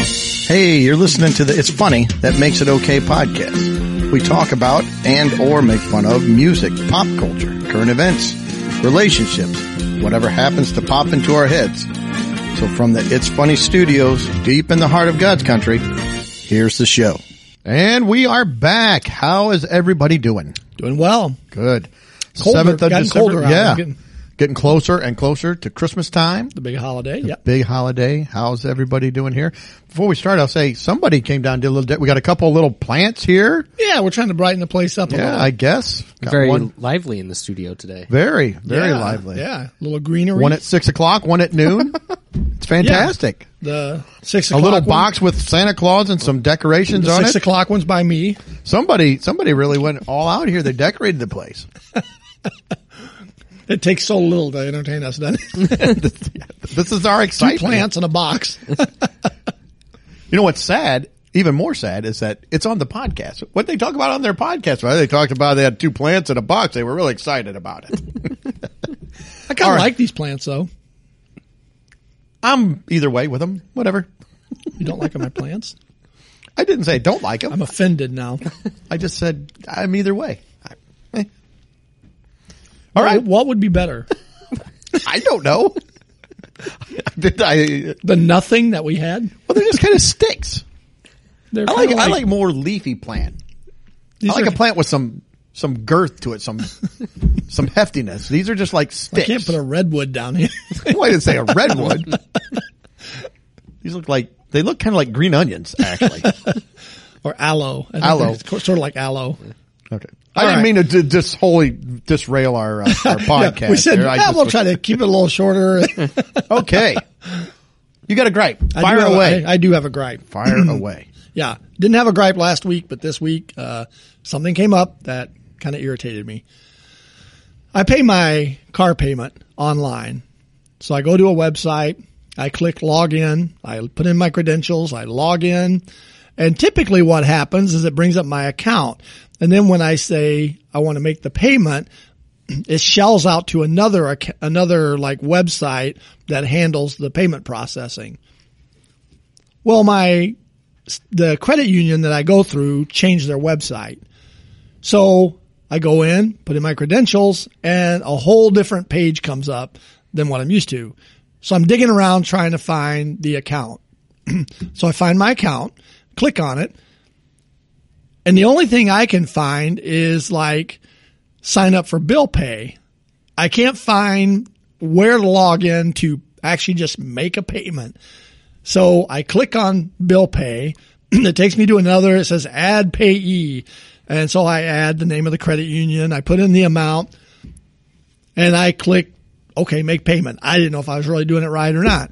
Hey, you're listening to the It's Funny That Makes It Okay podcast. We talk about and or make fun of music, pop culture, current events, relationships, whatever happens to pop into our heads. So from the It's Funny studios, deep in the heart of God's country, here's the show. And we are back. How is everybody doing? Doing well. Good. Colder. Gotten colder out. yeah. Getting- getting closer and closer to Christmas time. The big holiday. Yep. big holiday. How's everybody doing here? Before we start, I'll say somebody came down, did a little, de- we got a couple little plants here. Yeah, we're trying to brighten the place up a Yeah, little. I guess. Got very one- lively in the studio today. very, very Yeah, lively. Yeah. A little greenery. One at six o'clock, one at noon. it's fantastic. the six A o'clock. little one- box with Santa Claus and some decorations The on six it. o'clock one's by me. Somebody, somebody really went all out here. They decorated the place. It takes so little to entertain us, doesn't it? This is our Two excitement. plants in a box. You know what's sad? Even more sad is that it's on the podcast. What they talk about on their podcast? Well, they talked about they had two plants in a box. They were really excited about it. I kind All of right. like these plants, though. I'm either way with them. Whatever. You don't like my plants? I didn't say I don't like them. I'm offended now. I just said I'm either way. I, eh. All right. What would be better? I don't know. Did I? The nothing that we had? Well, they're just kind of sticks. They're I like, kinda I like more leafy plant. these I like are- a plant with some some girth to it, some some heftiness. These are just like I sticks. can't put a redwood down here. Well, I didn't say a redwood. These look like they look kind of like green onions, actually. or aloe. I think Aloe. it's co- Sort of like aloe. Okay. I didn't right. mean to d- just wholly disrail our, uh, our podcast. we said, there. I "Ah, just we'll was- try to keep it a little shorter. Okay. You got a gripe. I do Fire have a- away. I, I do have a gripe. Fire away. Yeah. Didn't have a gripe last week, but this week, uh, something came up that kind of irritated me. I pay my car payment online. So I go to a website, I click log in, I put in my credentials, I log in, and typically what happens is it brings up my account. And then when I say I want to make the payment, it shells out to another, ac- another like website that handles the payment processing. Well, my the credit union that I go through changed their website. So I go in, put in my credentials, and a whole different page comes up than what I'm used to. So I'm digging around trying to find the account. so I find my account, click on it, and the only thing I can find is like sign up for bill pay. I can't find where to log in to actually just make a payment. So I click on bill pay. it takes me to another. It says add payee. And so I add the name of the credit union. I put in the amount and I click, okay, make payment. I didn't know if I was really doing it right or not.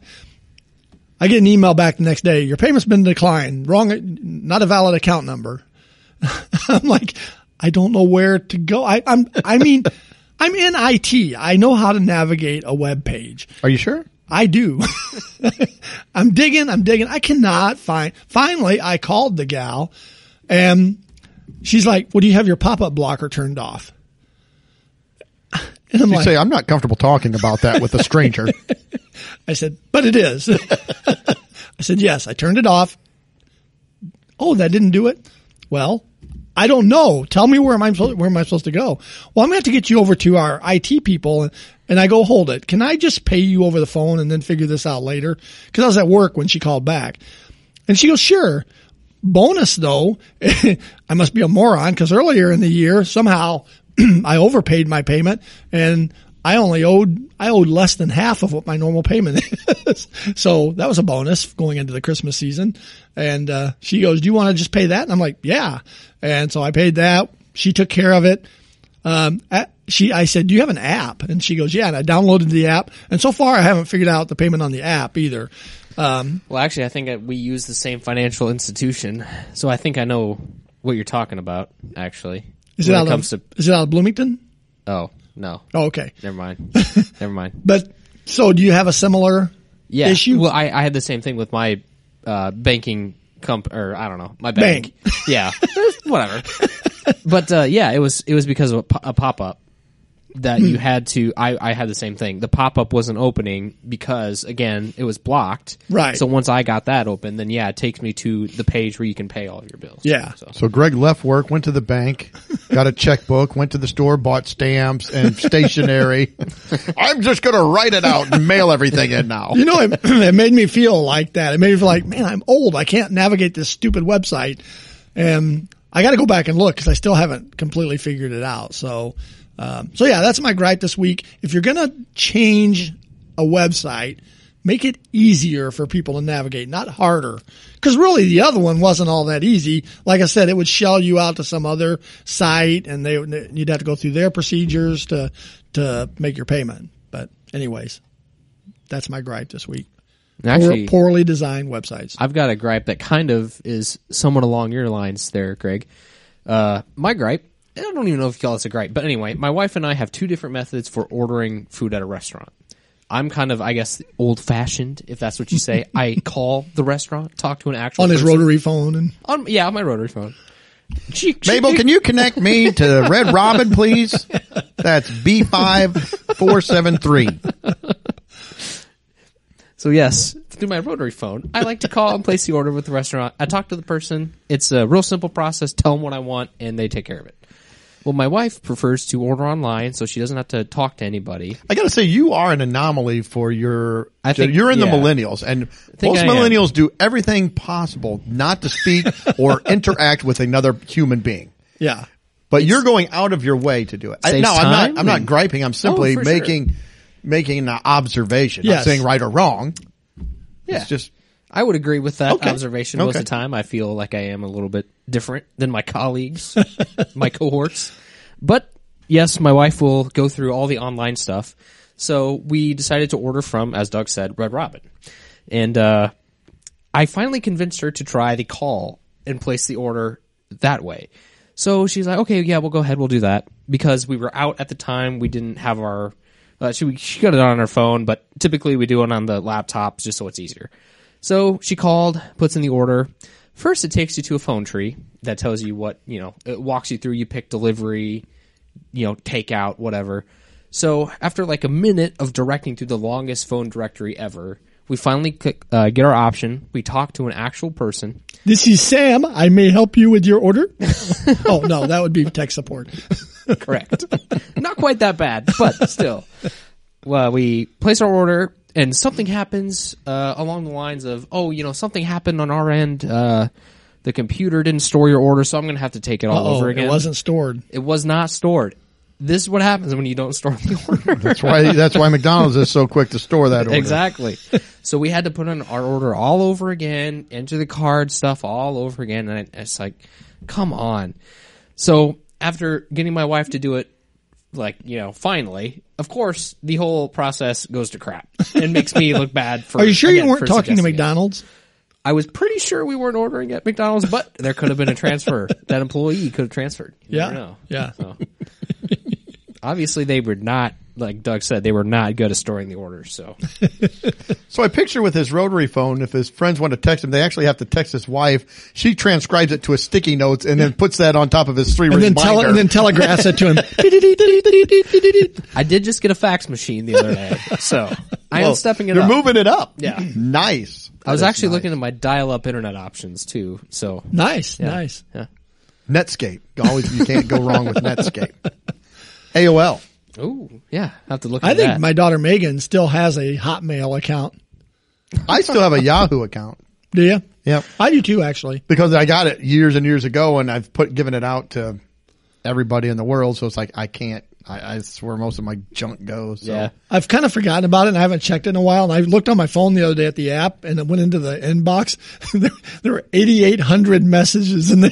I get an email back the next day. Your payment's been declined. Wrong, not a valid account number. I'm like, I don't know where to go. I, I'm, I mean, I'm in IT. I know how to navigate a web page. Are you sure? I do. I'm digging, I'm digging. I cannot find. Finally, I called the gal and she's like, Well, do you have your pop up blocker turned off? And I'm You like, say I'm not comfortable talking about that with a stranger. I said, But it is. I said, Yes, I turned it off. Oh, that didn't do it? Well, I don't know. Tell me where am I supposed, where am I supposed to go? Well, I'm going to have to get you over to our IT people. And, and I go, hold it. Can I just pay you over the phone and then figure this out later? Cause I was at work when she called back and she goes, sure. Bonus though, I must be a moron cause earlier in the year, somehow I overpaid my payment and I only owed, I owed less than half of what my normal payment is. so that was a bonus going into the Christmas season. And, uh, she goes, do you want to just pay that? And I'm like, yeah. And so I paid that. She took care of it um, a- she, I said, do you have an app? And she goes, yeah. And I downloaded the app. And so far I haven't figured out the payment on the app either. Um, Well, actually, I think I, we use the same financial institution, so I think I know what you're talking about. Actually, is when it, out it comes of, to is it out of Bloomington? oh no, Oh, okay. never mind, never mind. But so do you have a similar Yeah, issue? well, I, I had the same thing with my uh, banking comp or I don't know my bank. Yeah, whatever. but uh, yeah, it was it was because of a, po- a pop up. that Hmm. you had to I, I had the same thing. The pop up wasn't opening because again, it was blocked. Right. So once I got that open, then yeah, it takes me to the page where you can pay all of your bills. Yeah. So So Greg left work, went to the bank, got a checkbook, went to the store, bought stamps and stationery. I'm just going to write it out and mail everything in now. You know, it, it made me feel like that. It made me feel like, man, I'm old. I can't navigate this stupid website. And I got to go back and look because I still haven't completely figured it out. So, um, so yeah, that's my gripe this week. If you're going to change a website, make it easier for people to navigate, not harder. Cause really the other one wasn't all that easy. Like I said, it would shell you out to some other site and they, you'd have to go through their procedures to, to make your payment. But anyways, that's my gripe this week. actually, Poor, poorly designed websites. I've got a gripe that kind of is somewhat along your lines there, Greg. Uh, my gripe, I don't even know if you call this a gripe, but anyway, my wife and I have two different methods for ordering food at a restaurant. I'm kind of, I guess, old fashioned, if that's what you say. I call the restaurant, talk to an actual on his person. rotary phone and On, yeah, on my rotary phone. She- she- Mabel, can you connect me to Red Robin, please? That's B5473. So yes, through my rotary phone, I like to call and place the order with the restaurant. I talk to the person. It's a real simple process. Tell them what I want, and they take care of it. Well, my wife prefers to order online, so she doesn't have to talk to anybody. I got to say, you are an anomaly for your. I think- you're in the yeah. millennials, and think most I am. millennials do everything possible not to speak or interact with another human being. yeah. But you're going out of your way to do it. I, Saves no, I'm time not. I'm not and- Oh, griping. I'm simply for sure. making making an observation. Not Yes. saying right or wrong. Yeah, It's just I would agree with that Okay. observation most of Okay. the time. I feel like I am a little bit different than my colleagues, my cohorts. But yes, my wife will go through all the online stuff. So we decided to order from, as Doug said, Red Robin. And uh, I finally convinced her to try the call and place the order that way. So she's like, okay, yeah, we'll go ahead, we'll do that. Because we were out at the time, we didn't have our. Uh, she, she got it on her phone, but typically we do it on the laptops just so it's easier. So she called, puts in the order. First, it takes you to a phone tree that tells you what, you know, it walks you through, you pick delivery, you know, takeout, whatever. So after like a minute of directing through the longest phone directory ever, we finally click, uh, get our option. We talk to an actual person. This is Sam. I may help you with your order. oh no, that would be tech support. Correct. Not quite that bad, but still. Well, we place our order, and something happens uh, along the lines of, "Oh, you know, something happened on our end. Uh, the computer didn't store your order, so I'm going to have to take it all Oh, over again." it wasn't stored. It was not stored. This is what happens when you don't store the order. that's why. That's why McDonald's is so quick to store that order. exactly. so we had to put in our order all over again, enter the card stuff all over again, and it's like, come on. So after getting my wife to do it, like you know, finally, of course, the whole process goes to crap and makes me look bad. For Are you sure again, you weren't for talking to suggesting it. McDonald's? I was pretty sure we weren't ordering at McDonald's, but there could have been a transfer. that employee could have transferred. You Yeah. never know. Yeah. So. Obviously, they were not like Doug said. They were not good at storing the orders. So So I picture with his rotary phone, if his friends want to text him, they actually have to text his wife. She transcribes it to a sticky notes and then puts that on top of his three And ring then tele- binder. and then telegraphs it to him. I did just get a fax machine the other day. So I am Well, stepping it You're up. moving it up. Yeah. nice. I was That is actually nice. looking at my dial-up internet options too. So nice, nice. yeah. Netscape. Always, you can't go wrong with Netscape. AOL. Oh yeah, I have to look. At I think that. my daughter Megan still has a Hotmail account. I still have a Yahoo account. Do you? Yep. I do too, actually. because I got it years and years ago, and I've put given it out to everybody in the world. So it's like I can't. I, I swear most of my junk goes. So. yeah. I've kind of forgotten about it and I haven't checked it in a while. And I looked on my phone the other day at the app and it went into the inbox. there, there were 8,800 messages in there.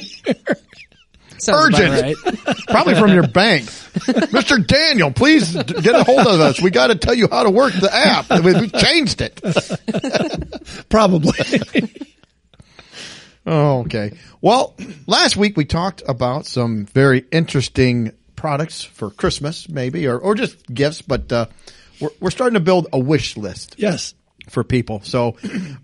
Sounds about Urgent. right. probably from your bank, Mister Daniel. Please d- get a hold of us. We got to tell you how to work the app. We, we changed it. Probably. Oh, okay. Well, last week we talked about some very interesting products for Christmas, maybe, or or just gifts, but. Uh, we're, we're starting to build a wish list. yes. for people. So,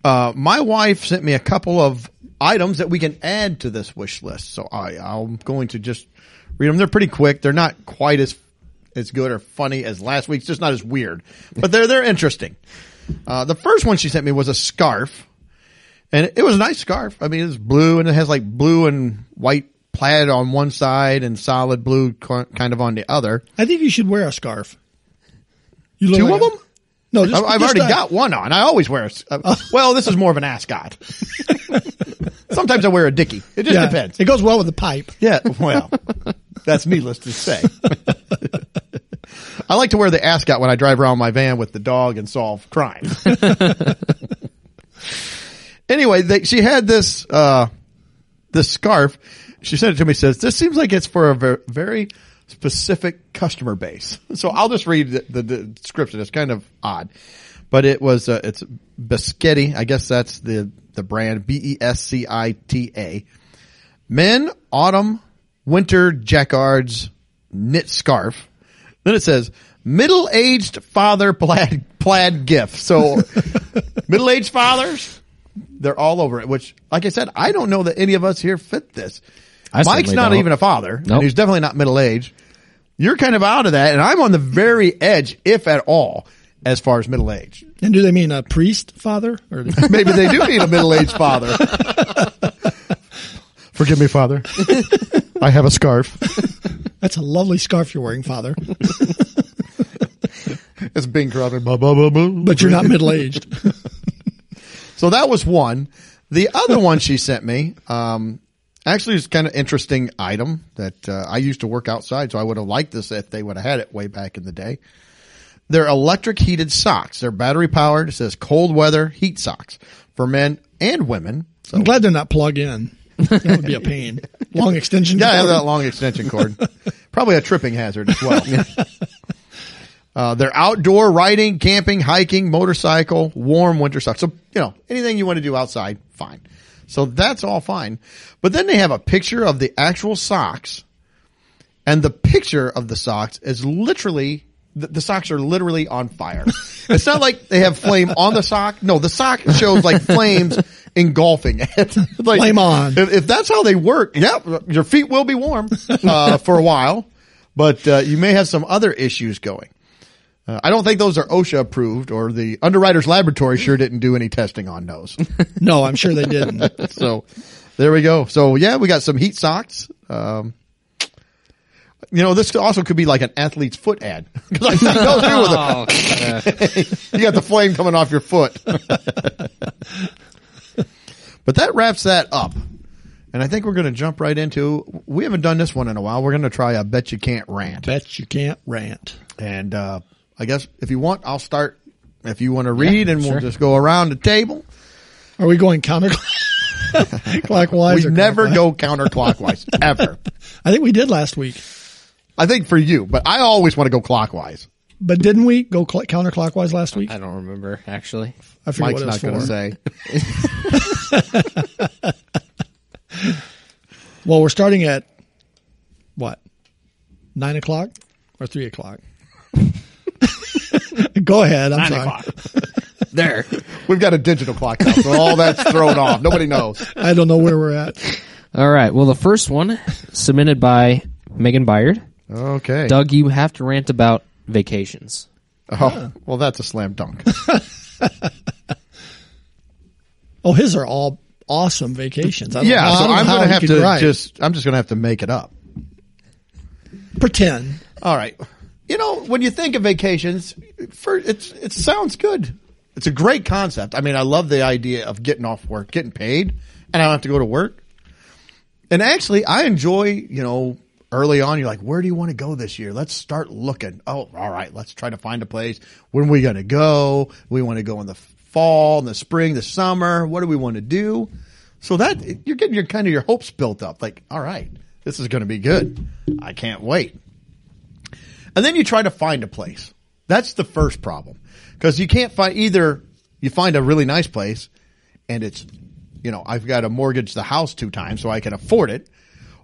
uh, my wife sent me a couple of items that we can add to this wish list. So I, I'm going to just read them. They're pretty quick. They're not quite as as good or funny as last week's, just not as weird. But they're they're interesting. Uh, the first one she sent me was a scarf, and it was a nice scarf. I mean, it's blue and it has like blue and white plaid on one side and solid blue co- kind of on the other. I think you should wear a scarf. You look Two like of a- them. No, just, I've, I've just already a- got one on. I always wear. A, s- uh, well, this is more of an ascot. Sometimes I wear a dicky. It just yeah. depends. It goes well with the pipe. Yeah, well, that's needless to say. I like to wear the ascot when I drive around my van with the dog and solve crimes. anyway, they, she had this uh, this scarf. She sent it to me. Says this seems like it's for a ver- very specific customer base. So I'll just read the, the, the description. It's kind of odd, but it was uh, it's Biscotti. I guess that's the the brand B E S C I T A. Men autumn winter jacquards knit scarf. Then it says middle aged father plaid plaid gift. So middle aged fathers, they're all over it. Which, like I said, I don't know that any of us here fit this. I Mike's certainly not don't. even a father. and Nope. he's definitely not middle aged. You're kind of out of that, and I'm on the very edge, if at all, as far as middle age. And do they mean a priest father? Or Maybe they do need a middle aged father. Forgive me, father. I have a scarf. that's a lovely scarf you're wearing, father. It's Bing Crosby. Blah, blah, blah, blah. But you're not middle aged. So that was one. The other one she sent me, um, actually is kind of interesting item that uh, I used to work outside, so I would have liked this if they would have had it way back in the day. They're electric heated socks. They're battery powered. It says cold weather heat socks for men and women. So I'm glad they're not plug in. That would be a pain. Long extension. Yeah, I have cord. that long extension cord. Probably a tripping hazard as well. uh, they're outdoor riding, camping, hiking, motorcycle, warm winter stuff. So, you know, anything you want to do outside, fine. So that's all fine. But then they have a picture of the actual socks and the picture of the socks is literally the, the socks are literally on fire. It's not like they have flame on the sock. No, the sock shows like flames engulfing it. like, Flame on. If, if that's how they work, yeah, your feet will be warm uh, for a while, but uh, you may have some other issues going. Uh, I don't think those are OSHA approved, or the Underwriters Laboratory sure didn't do any testing on those. No, I'm sure they didn't. so there we go. So yeah, we got some heat socks. Um, you know, this also could be like an athlete's foot ad. 'Cause I think those do with Oh, it. You got the flame coming off your foot. but that wraps that up. And I think we're going to jump right into, we haven't done this one in a while. We're going to try a bet you can't rant. Bet you can't rant. And, uh, I guess if you want, I'll start. If you want to read and we'll sure. just go around the table. Are we going counter clockwise? We or never clockwise? go counterclockwise ever. I think we did last week, I think for you, but I always want to go clockwise. but didn't we go cl- counterclockwise last week? I don't remember actually. I forget Uh, Mike's what it was not going for. to say. Well, we're starting at what nine o'clock or three o'clock. go ahead. I'm sorry. There. We've got a digital clock now, so all that's thrown off. Nobody knows. I don't know where we're at. All right. Well, the first one submitted by Megan Byard. Okay. Doug, you have to rant about vacations. Oh, well, that's a slam dunk. Oh, his are all awesome vacations. I don't Yeah, know- I so don't know I'm how going to he have could to write. just, I'm just going to have to make it up. pretend. All right. You know, when you think of vacations, for, it's, it sounds good. It's a great concept. I mean, I love the idea of getting off work, getting paid, and I don't have to go to work. And actually, I enjoy, you know, early on, you're like, where do you want to go this year? Let's start looking. Oh, all right. Let's try to find a place. When are we going to go? We want to go in the fall, in the spring, the summer. What do we want to do? So that you're getting your kind of your hopes built up. Like, all right, this is going to be good. I can't wait. And then you try to find a place. That's the first problem because you can't find either you find a really nice place and it's, you know, I've got to mortgage the house two times so I can afford it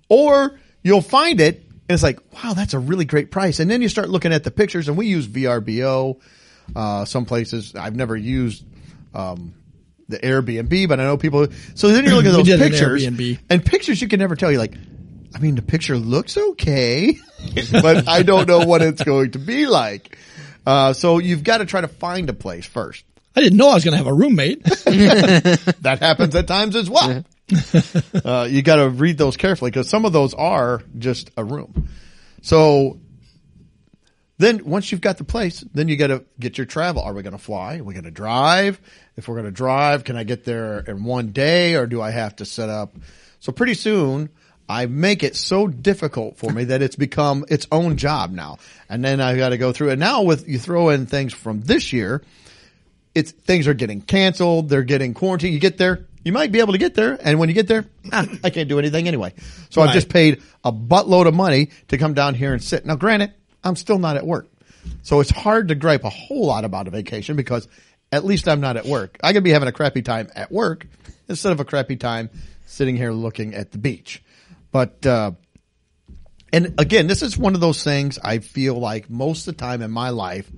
or you'll find it and it's like, wow, that's a really great price. And then you start looking at the pictures and we use VRBO. Uh, some places I've never used, um, the Airbnb, but I know people. So then you look at We those did an pictures Airbnb. and pictures you can never tell. You're like, I mean, the picture looks okay, but I don't know what it's going to be like. Uh, so you've got to try to find a place first. I didn't know I was going to have a roommate. That happens at times as well. uh, you got to read those carefully because some of those are just a room. So then once you've got the place, then you got to get your travel. Are we going to fly? Are we going to drive? If we're going to drive, can I get there in one day or do I have to set up? So pretty soon I make it so difficult for me that it's become its own job now. And then I got to go through it now with you throw in things from this year it's things are getting canceled. They're getting quarantined. You get there, you might be able to get there, and when you get there, ah, I can't do anything anyway. So I've Right. just paid a buttload of money to come down here and sit. Now, granted, I'm still not at work, so it's hard to gripe a whole lot about a vacation because at least I'm not at work. I could be having a crappy time at work instead of a crappy time sitting here looking at the beach. But uh, and again, this is one of those things I feel like most of the time in my life,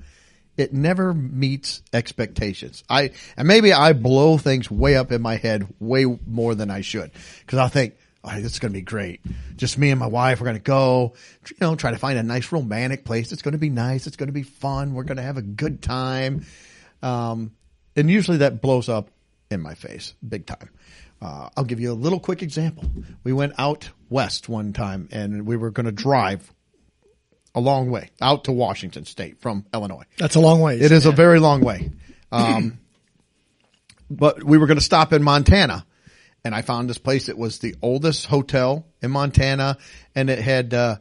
it never meets expectations. I, and maybe I blow things way up in my head way more than I should. Cause I'll think, all right, this is going to be great. Just me and my wife, we're going to go, tr- you know, try to find a nice romantic place. It's going to be nice. It's going to be fun. We're going to have a good time. Um, and usually that blows up in my face big time. Uh, I'll give you a little quick example. We went out west one time and we were going to drive a long way out to Washington state from Illinois. That's a long way. It is a very long way. Um, but we were going to stop in Montana and I found this place. It was the oldest hotel in Montana and it had, uh,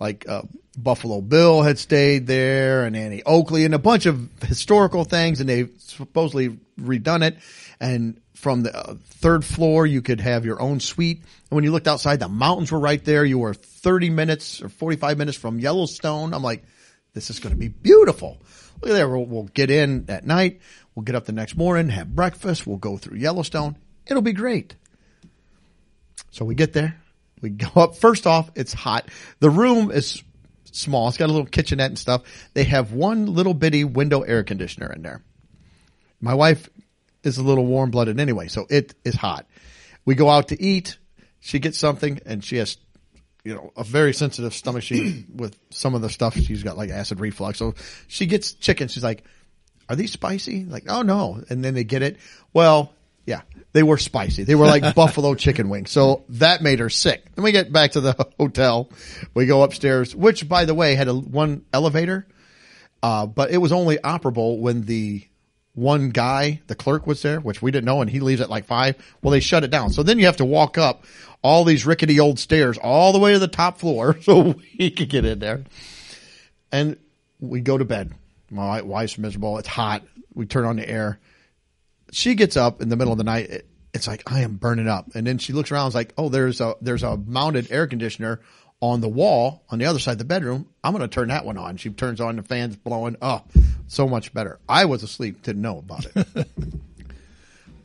like, uh, Buffalo Bill had stayed there and Annie Oakley and a bunch of historical things and they supposedly redone it. And from the uh, third floor, you could have your own suite. And when you looked outside, the mountains were right there. You were 30 minutes or 45 minutes from Yellowstone. I'm like, this is going to be beautiful. Look at there. We'll, we'll get in at night. We'll get up the next morning, have breakfast. We'll go through Yellowstone. It'll be great. So we get there. We go up. First off, it's hot. The room is small. It's got a little kitchenette and stuff. They have one little bitty window air conditioner in there. My wife is a little warm blooded anyway, so it is hot. We go out to eat. She gets something and she has, you know, a very sensitive stomach. She, with some of the stuff, she's got like acid reflux. So she gets chicken. She's like, are these spicy? Like, oh no. And then they get it. Well, yeah, they were spicy. They were like buffalo chicken wings. So that made her sick. Then we get back to the hotel. We go upstairs, which by the way had a one elevator. Uh, but it was only operable when the one guy, the clerk was there, which we didn't know, and he leaves at like five. Well, they shut it down. So then you have to walk up all these rickety old stairs all the way to the top floor so we could get in there. And we go to bed. My wife's miserable. It's hot. We turn on the air. She gets up in the middle of the night. It, it's like I am burning up. And then she looks around. It's like, oh, there's a there's a mounted air conditioner on the wall on the other side of the bedroom. I'm going to turn that one on. She turns on the fans blowing. Oh, so much better. I was asleep. Didn't know about it.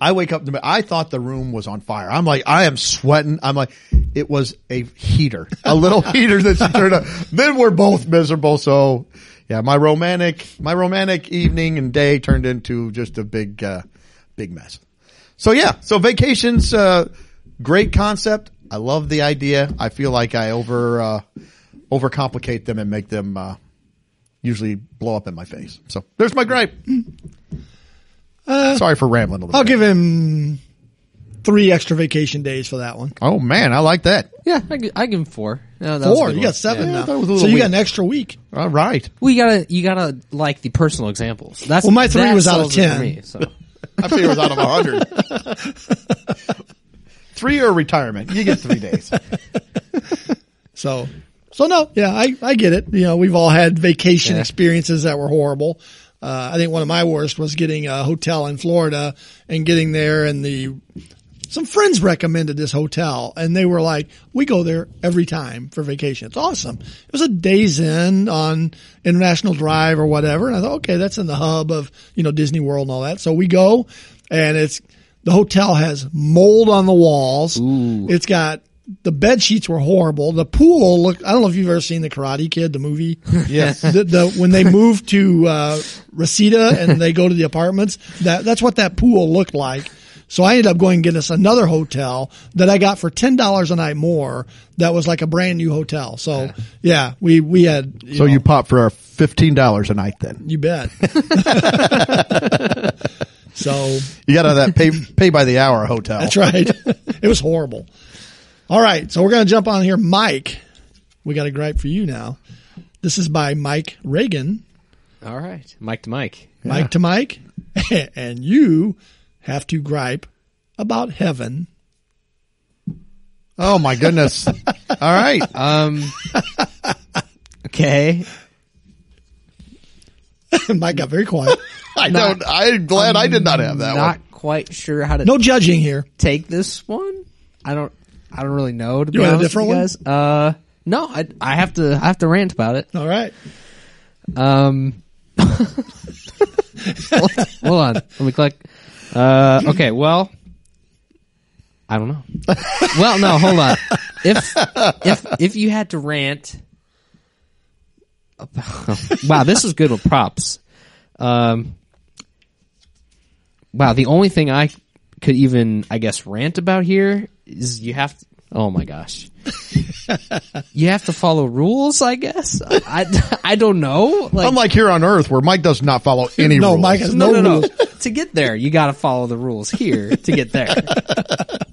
I wake up. in the mi- I thought the room was on fire. I'm like, I am sweating. I'm like, it was a heater, a little heater that's turned up. Then we're both miserable. So, yeah, my romantic, my romantic evening and day turned into just a big, uh, big mess. So yeah, so vacations, uh, great concept. I love the idea. I feel like I over, uh, overcomplicate them and make them, uh, usually blow up in my face. So there's my gripe. Sorry for rambling a little Mm. I'll bit. give him three extra vacation days for that one. Oh man, I like that. Yeah, I, gi- I give him four. No, that was a Four. good You one. got seven Yeah, now. that was a so little you got weak. an extra week. All right. Well, you gotta you gotta like the personal examples. That's Well, my three that was out of sells it for 10. me, so. I figure it was out of a hundred. three or retirement. You get three days. So, so no, yeah, I, I get it. You know, we've all had vacation Yeah. experiences that were horrible. Uh, I think one of my worst was getting a hotel in Florida and getting there and the, some friends recommended this hotel and they were like, we go there every time for vacation. It's awesome. It was a days in on international drive or whatever. And I thought, okay, that's in the hub of, you know, Disney World and all that. So we go and it's, the hotel has mold on the walls. It's got the bed sheets were horrible. The pool look. I don't know if you've ever seen the Karate Kid, the movie. Yes. the, the when they moved to uh, Reseda and they go to the apartments, that that's what that pool looked like. So I ended up going and getting us another hotel that I got for ten dollars a night more. That was like a brand new hotel. So yeah, we we had you So know, you pop for fifteen dollars a night then. you bet. so You got out of that pay pay by the hour hotel. that's right. it was horrible. All right, so we're gonna jump on here, Mike. We got a gripe for you now. This is by Mike Reagan. All right, Mike to Mike. Mike to Mike, and you have to gripe about heaven. Oh my goodness. All right. Um. okay. Mike got very quiet. I don't I'm glad I did not have that Not one. quite sure how to No judging here. take this one. I don't. I don't really know. To be You want a honest different with one? you guys. Uh, no. I I have to. I have to rant about it. All right. Um. hold hold on. Let me click. Uh. Okay. Well. I don't know. well, no. Hold on. If if if you had to rant. About, wow, this is good with props. Um. Wow, the only thing I could even, I guess, rant about here is you have. To, oh my gosh you have to follow rules, I guess. I, I don't know. Like, Unlike here on Earth where Mike does not follow any No, rules. Mike has no, no, no, no. rules. to get there, you got to follow the rules here to get there.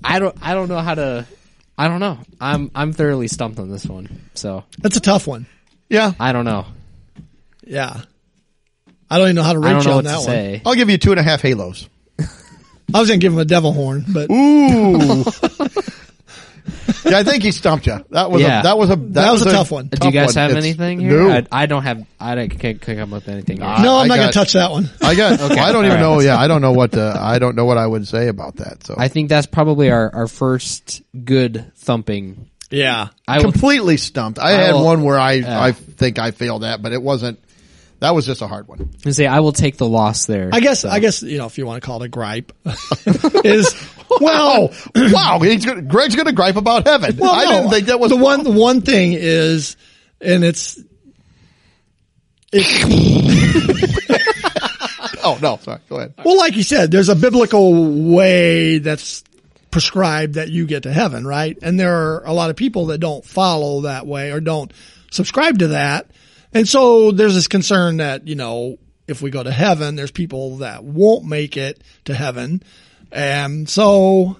I don't, I don't know how to. I don't know. I'm, I'm thoroughly stumped on this one. So That's a tough one. Yeah. I don't know. Yeah. I don't even know how to I rate don't you know on what to that one. Oh, say. I'll give you two and a half halos. I was going to give him a devil horn, but Ooh. yeah, I think he stumped you. That was Yeah. a, that was a That was a tough one. Do you one. guys have It's- anything here? No. I, I don't have. I don't- can't can't come up with anything. here. Nah. no, I I'm not going got- to touch that one. I got. I don't even all right. know. Yeah, I don't know what. To, I don't know what I would say about that. So I think that's probably our, our first good thumping. Yeah. I will, completely stumped. I, had will- one where I yeah. I think I failed that, but it wasn't. That was just a hard one. say I will take the loss there. I guess, I guess, you know, if you want to call it a gripe, is, well, wow, he's gonna, Greg's going to gripe about heaven. Well, I no. didn't think that was the one. The one thing is, and it's Oh no, sorry. Go ahead. well, like you said, there's a biblical way that's prescribed that you get to heaven, right? And there are a lot of people that don't follow that way or don't subscribe to that, and so there's this concern that you know if we go to heaven, there's people that won't make it to heaven, and so.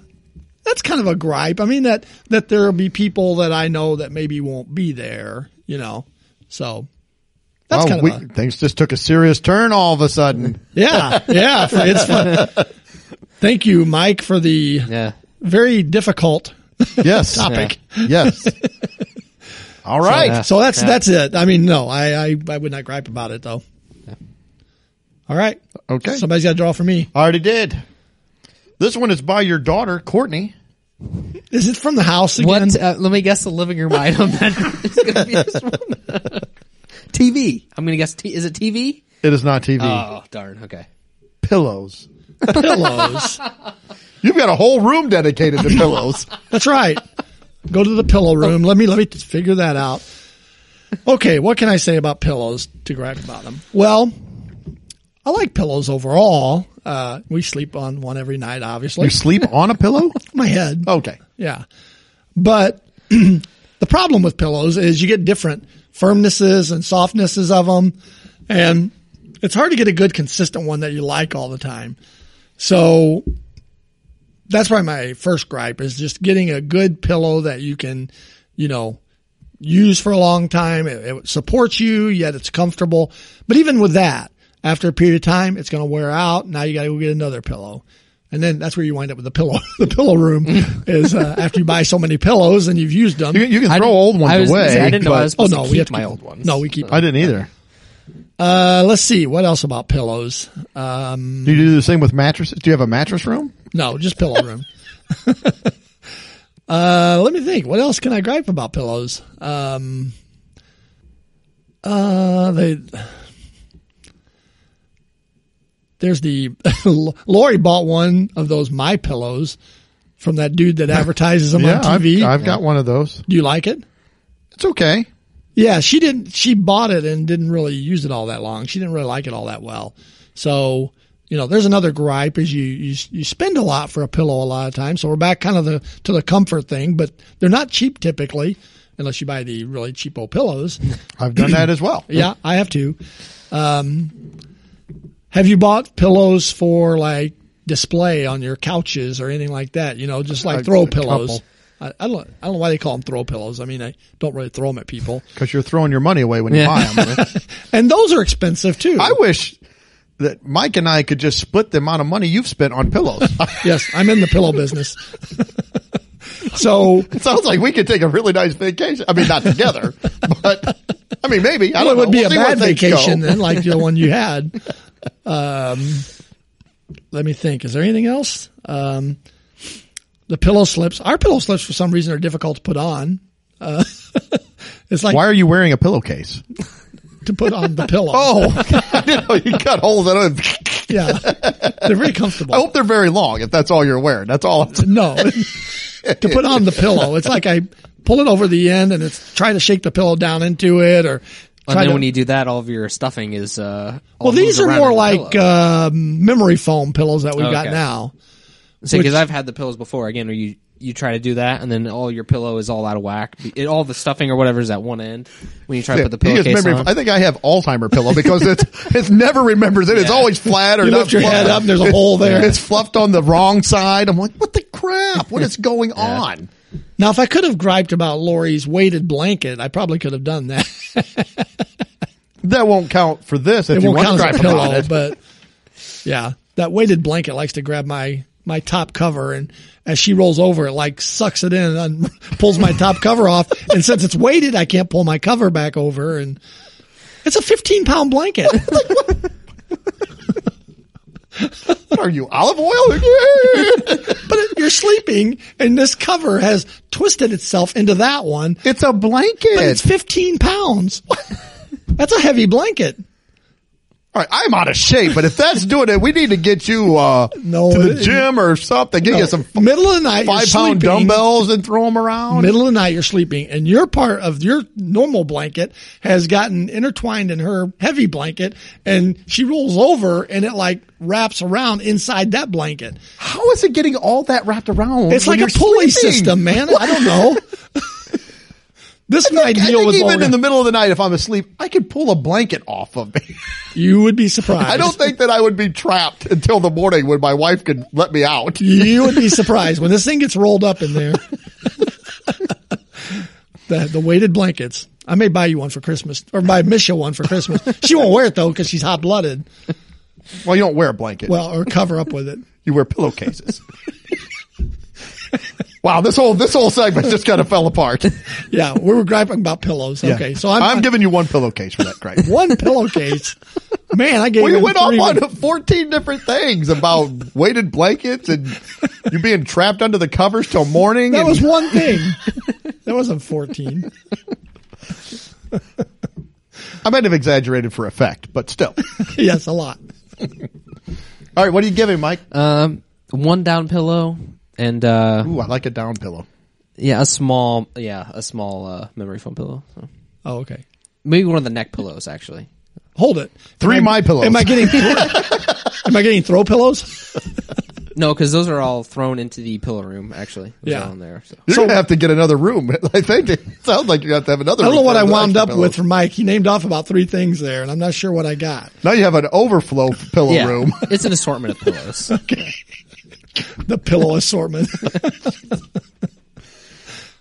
That's kind of a gripe. I mean that that there'll be people that I know that maybe won't be there, you know. So that's Wow, kind of Oh, we- a, things just took a serious turn all of a sudden. yeah, yeah, for- it's fun. Thank you, Mike, for the Yeah. very difficult Yes, topic. yes. All right. So that's that's it. I mean, no, I, I I would not gripe about it though. All right, okay. somebody's got to draw for me. I already did. This one is by your daughter, Courtney. Is it from the house again? What? Uh, let me guess the living room item. That is gonna be this one. TV. I'm gonna guess. T- is it TV? It is not TV. Oh darn. Okay. pillows. Pillows. You've got a whole room dedicated to pillows. That's right. Go to the pillow room. Let me let me t- figure that out. Okay, what can I say about pillows to gripe about them? Well, I like pillows overall. Uh, we sleep on one every night, obviously. You sleep on a pillow? My head. Okay. Yeah. But the problem with pillows is you get different firmnesses and softnesses of them. And it's hard to get a good consistent one that you like all the time. So that's probably my first gripe is just getting a good pillow that you can, you know, use for a long time. It, it supports you, yet it's comfortable. But even with that, after a period of time, it's going to wear out. Now you got to go get another pillow. And then that's where you wind up with the pillow. the pillow room is uh, after you buy so many pillows and you've used them. You, can- you can I throw didn't- old ones I was gonna away. say, I didn't know but- I was oh supposed no, to we keep have to my keep old them. ones. No, we keep. I Them. didn't either. Uh, let's see what else about pillows. Uh, Mm. Do you do the same with mattresses? Do you have a mattress room? No, just pillow room. uh, let me think. What else can I gripe about pillows? Um, uh, they. There's the Lori bought one of those my pillows from that dude that advertises them yeah, on TV. I've, I've got one of those. Do you like it? It's okay. Yeah, she didn't. She bought it and didn't really use it all that long. She didn't really like it all that well. So you know, there's another gripe is you, you you spend a lot for a pillow a lot of times. So we're back kind of the to the comfort thing, but they're not cheap typically, unless you buy the really cheapo pillows. I've done that as well. yeah, I have to. Um, have you bought pillows for like display on your couches or anything like that? You know, just like I've throw got a pillows. couple. I, I don't I don't know why they call them throw pillows. I mean, I don't really throw them at people, Because you're throwing your money away when you Yeah. buy them. and those are expensive too. I wish that Mike and I could just split the amount of money you've spent on pillows. yes, I'm in the pillow business. so it sounds like we could take a really nice vacation. I mean, not together, but I mean, maybe. I Well, don't it would know. be We'll a see where bad things vacation go. then, like the one you had. Um, let me think. Is there anything else? Um, the pillow slips. Our pillow slips, for some reason, are difficult to put on. Uh, it's like Why are you wearing a pillowcase? to put on the pillow. Oh, I didn't know you cut holes. I, don't, yeah, they're very comfortable. I hope they're very long. If that's all you're wearing, that's all. I'm No, to put on the pillow, it's like I pull it over the end and it's try to shake the pillow down into it, or And try then to, when you do that, all of your stuffing is. Uh, all well, these moved are around more in the like pillow. um, memory foam pillows that we've got Okay. now. See, which- because I've had the pillows before. Again, where you you try to do that, and then all your pillow is all out of whack. It, all the stuffing or whatever is at one end. When you try to put the He has pillowcase memory- on, I think I have Alzheimer pillow because it's it never remembers it. It's Yeah. always flat or You not lift your fluffed. head up and there's a hole there. It's fluffed on the wrong side. I'm like, what the crap? What is going on? Now, if I could have griped about Lori's weighted blanket, I probably could have done that. That won't count for this. If It you won't want count to as a gripe about pillow, it. but yeah, that weighted blanket likes to grab my my top cover, and as she rolls over, it like sucks it in and pulls my top cover off. And since it's weighted, I can't pull my cover back over, and it's a fifteen pound blanket. What are you olive oil? but it, you're sleeping, and this cover has twisted itself into that one. it's a blanket. But it's fifteen pounds. That's a heavy blanket. All right, I'm out of shape, but if that's doing it, we need to get you uh, No, to it the isn't. gym or something. Get you some middle of the night, you're five pound sleeping. dumbbells and throw them around. middle of the night you're sleeping and your part of your normal blanket has gotten intertwined in her heavy blanket and she rolls over and it like wraps around inside that blanket. How is it getting all that wrapped around? It's when like a you're pulley sleeping? system, man. I don't know. this is my I deal think with even in the Logan. middle of the night, if I'm asleep, I could pull a blanket off of me. You would be surprised. I don't think that I would be trapped until the morning when my wife could let me out. you would be surprised when this thing gets rolled up in there. the the weighted blankets. I may buy you one for Christmas or buy Misha one for Christmas. She won't wear it though because she's hot blooded. Well, you don't wear a blanket. Well, or cover up with it. you wear pillowcases. wow, this whole this whole segment just kind of fell apart. Yeah, we were griping about pillows. Okay, so I'm, I'm giving you one pillowcase for that, Craig. one pillowcase. Man, I gave Well, you him went three. off on 14 different things about weighted blankets and you being trapped under the covers till morning. That and- was one thing. That wasn't fourteen. I might have exaggerated for effect, but still. yes, a lot. All right, what are you giving, Mike? um, one down pillow and uh, Ooh, I like a down pillow. yeah, a small yeah, a small uh, memory foam pillow. So. Oh, okay. Maybe one of the neck pillows actually. Hold it. Three Am my I- pillows. Am I getting? am I getting throw pillows? No, because those are all thrown into the pillow room. Actually, those Yeah. are on there. So. You're gonna have to get another room. I think it sounds like you have to have another. I don't know room what for I the wound extra up pillows. with for Mike. He named off about three things there, and I'm not sure what I got. Now you have an overflow pillow Yeah, room. it's an assortment of pillows. The pillow assortment.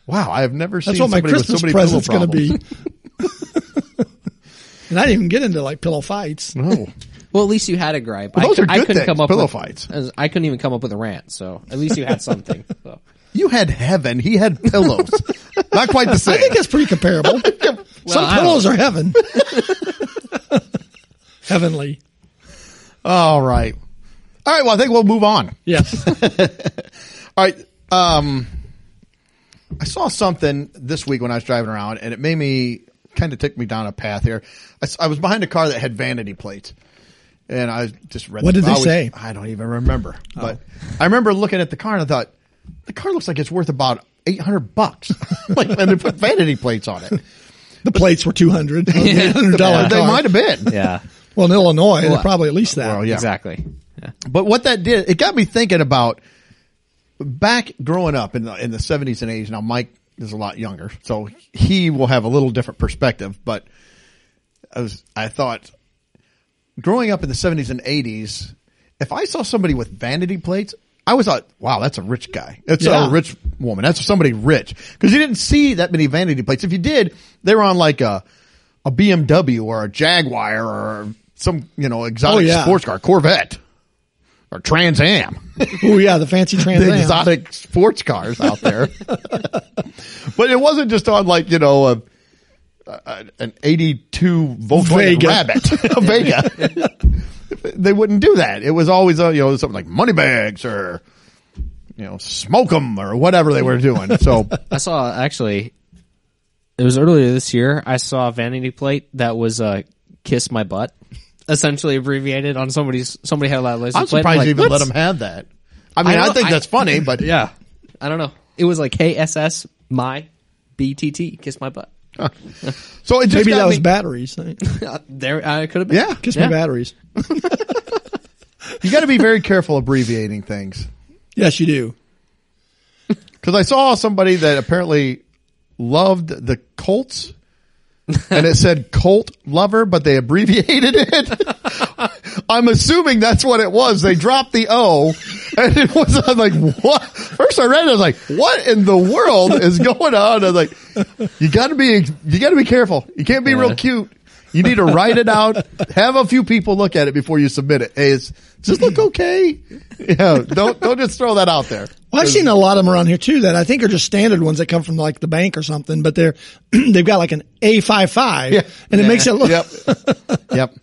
Wow, I have never seen That's what my somebody Christmas with so many present's pillow going to be. and I didn't even get into like pillow fights. problems. No, Well, at least you had a gripe. Well, those I, are I good things, couldn't come up pillow with, fights. I couldn't even come up with a rant. So at least you had something. So. you had heaven. He had pillows. Not quite the same. I think that's pretty comparable. Some I don't- pillows are heaven. Heavenly. All right. All right. Well, I think we'll move on. Yes. All right. Um, I saw something this week when I was driving around, and it made me kind of took me down a path here. I, s- I was behind a car that had vanity plates, and I just read. What did I they say? I don't even remember, but I remember looking at the car and I thought the car looks like it's worth about eight hundred bucks. like, and they put vanity plates on it. The plates were 200 $800 they car. might have been. Yeah. Well, in Illinois, they're Well, probably at least that. Well, yeah. Exactly. But what that did, it got me thinking about back growing up in the in the seventies and eighties. Now Mike is a lot younger, so he will have a little different perspective. But I was, I thought, growing up in the seventies and eighties, if I saw somebody with vanity plates, I was like, wow, that's a rich guy. That's Yeah. a rich woman. That's somebody rich because you didn't see that many vanity plates. If you did, they were on like a a BMW or a Jaguar or some you know exotic Oh, yeah. sports car, Corvette or Trans Am, Oh yeah, the fancy Trans the Am. exotic sports cars out there. but it wasn't just on like you know a, a, an eighty-two Volkswagen Vega. Rabbit, a Vega. they wouldn't do that. It was always uh, you know something like money bags or you know smoke 'em or whatever they were doing. So I saw actually. It was earlier this year. I saw a vanity plate that was uh, "kiss my butt," essentially abbreviated on somebody's. Somebody had a license I'm plate. surprised like, they even "What's- let them have that. I mean, I I, know, think I- that's funny, but Yeah, I don't know. It was like KSS my BTT kiss my butt. so it just Maybe got that was me- batteries. eh? there, I could have been. Yeah, Kiss Yeah. my batteries. you got to be very careful abbreviating things. Yes, you do. Because I saw somebody that apparently loved the Colts, and it said Colt lover, but they abbreviated it. I'm assuming that's what it was. They dropped the O, and it was. I was like, "What?" First, I read it. I was like, "What in the world is going on?" I was like, "You got to be. You got to be careful. You can't be real Yeah. cute." You need to write it out. Have a few people look at it before you submit it. Hey, is, does this look okay? Yeah, don't don't just throw that out there. Well, I've seen a lot of them around here too that I think are just standard ones that come from like the bank or something, but they're they've got like an A five five, Yeah. and it makes it look. Yep. yep.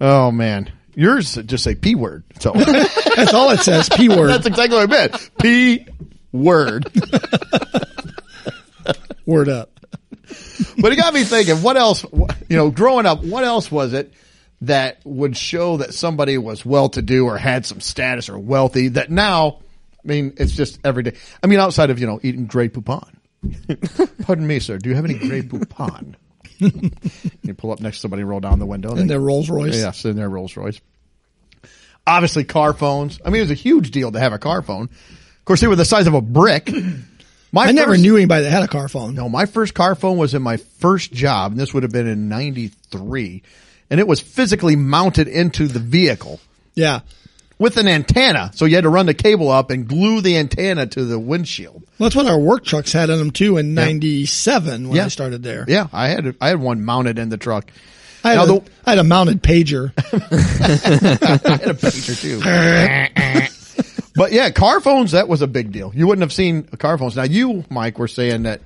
Oh man, yours just say p word. So that's That's all it says. P word exactly what I meant. P word. word up. But it got me thinking. What else? You know, growing up, what else was it that would show that somebody was well to do or had some status or wealthy? That now, I mean, it's just every day. I mean, outside of you know eating Grey Poupon. Pardon me, sir. Do you have any Grey Poupon? you pull up next to somebody, roll down the window, And they- their Rolls Royce. Yes, in their Rolls Royce. Obviously, car phones. I mean, it was a huge deal to have a car phone. Of course, they were the size of a brick. My I never first- knew anybody that had a car phone. No, my first car phone was in my first job, and this would have been in '93, and it was physically mounted into the vehicle Yeah. with an antenna. So you had to run the cable up and glue the antenna to the windshield. Well, that's what our work trucks had in them too in 97 when Yeah. I started there. Yeah, I had I had one mounted in the truck. I had, Now a, the- I had a mounted pager. I had a picture too. but yeah, car phones, that was a big deal. You wouldn't have seen car phones. Now you, Mike, were saying that,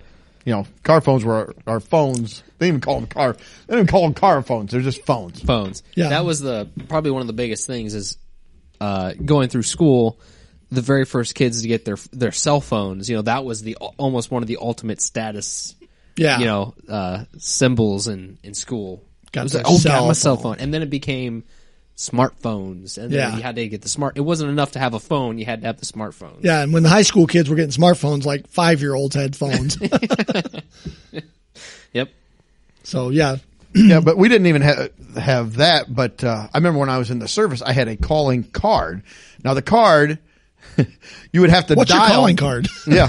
you know, car phones were our, our phones. They didn't even call them car, they didn't even call them car phones. They're just phones. phones. Yeah. That was the probably one of the biggest things is uh, going through school. The very first kids to get their their cell phones, you know, that was the almost one of the ultimate status, Yeah. you know, uh, symbols in in school. Got It was the like, oh, cell got my cell phone. phone, and then it became smartphones, and then Yeah. you had to get the smart. It wasn't enough to have a phone; you had to have the smartphone. Yeah. And when the high school kids were getting smartphones, like five year olds had phones. Yep. so yeah. yeah, but we didn't even have, have that. But uh, I remember when I was in the service, I had a calling card. Now the card, you would have to What's dial. your calling card? yeah.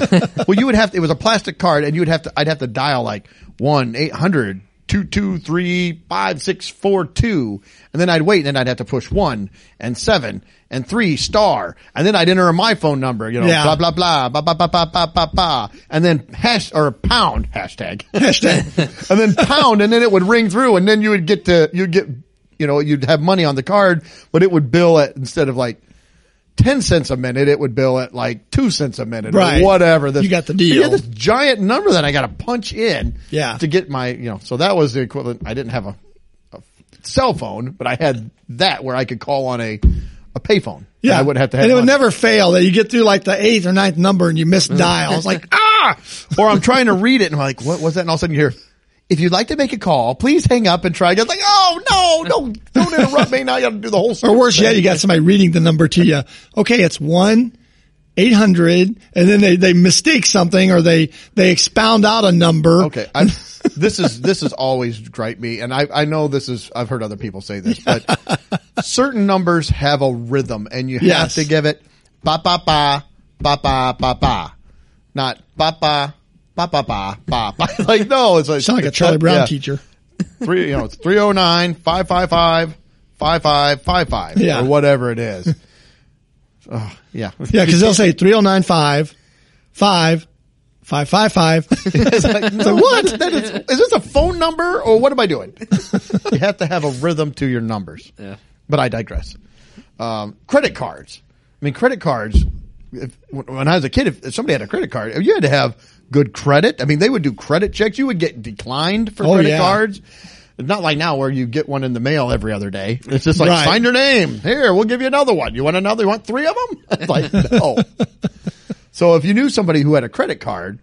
Well, you would have to, it was a plastic card and you would have to, I'd have to dial like 1 800 223 5642. And then I'd wait and then I'd have to push 1 and 7 and 3 star. And then I'd enter my phone number, you know, Yeah. blah, blah, blah, blah, blah, blah, blah, blah, blah, blah. And then hash or pound hashtag. Hashtag. and then pound and then it would ring through and then you would get to, you'd get, you know, you'd have money on the card, but it would bill at instead of like, 10 cents a minute, it would bill at like 2 cents a minute Right. or whatever. You got the deal. Yeah, this giant number that I got to punch in Yeah. to get my, you know, so that was the equivalent. I didn't have a, a cell phone, but I had that where I could call on a, a payphone. Yeah. I would have to have and it would money. Mm. never fail that you get through like the eighth or ninth number and you miss dial. It's like, ah, or I'm trying to read it and I'm like, what was that? And all of a sudden you hear, if you'd like to make a call, please hang up and try again. It's like, oh no, no, don't interrupt me. Now you have to do the whole or worse yet, you got somebody reading the number to you. Okay. It's one 800 and then they, they mistake something or they, they expound out a number. Okay, I, this is this is always gripe me, and I I know this is I've heard other people say this, but certain numbers have a rhythm, and you Yes. have to give it ba ba ba ba ba ba ba, not ba ba ba ba ba ba. ba. Like no, it's like Sound like a it's Charlie not- Brown yeah. teacher. Three, oh you know, it's 309 555 5555 Yeah. or whatever it is. oh, yeah. Yeah, because they'll say 3095 5 555. It's like, no, what? That is, is this a phone number or what am I doing? you have to have a rhythm to your numbers. Yeah. But I digress. Um, credit cards. I mean, credit cards. If, when I was a kid, if, if somebody had a credit card, you had to have good credit. I mean, they would do credit checks. You would get declined for Oh, credit yeah. cards. It's not like now where you get one in the mail every other day. It's just like Right. sign your name here. We'll give you another one. You want another? You want three of them? It's like no. so if you knew somebody who had a credit card,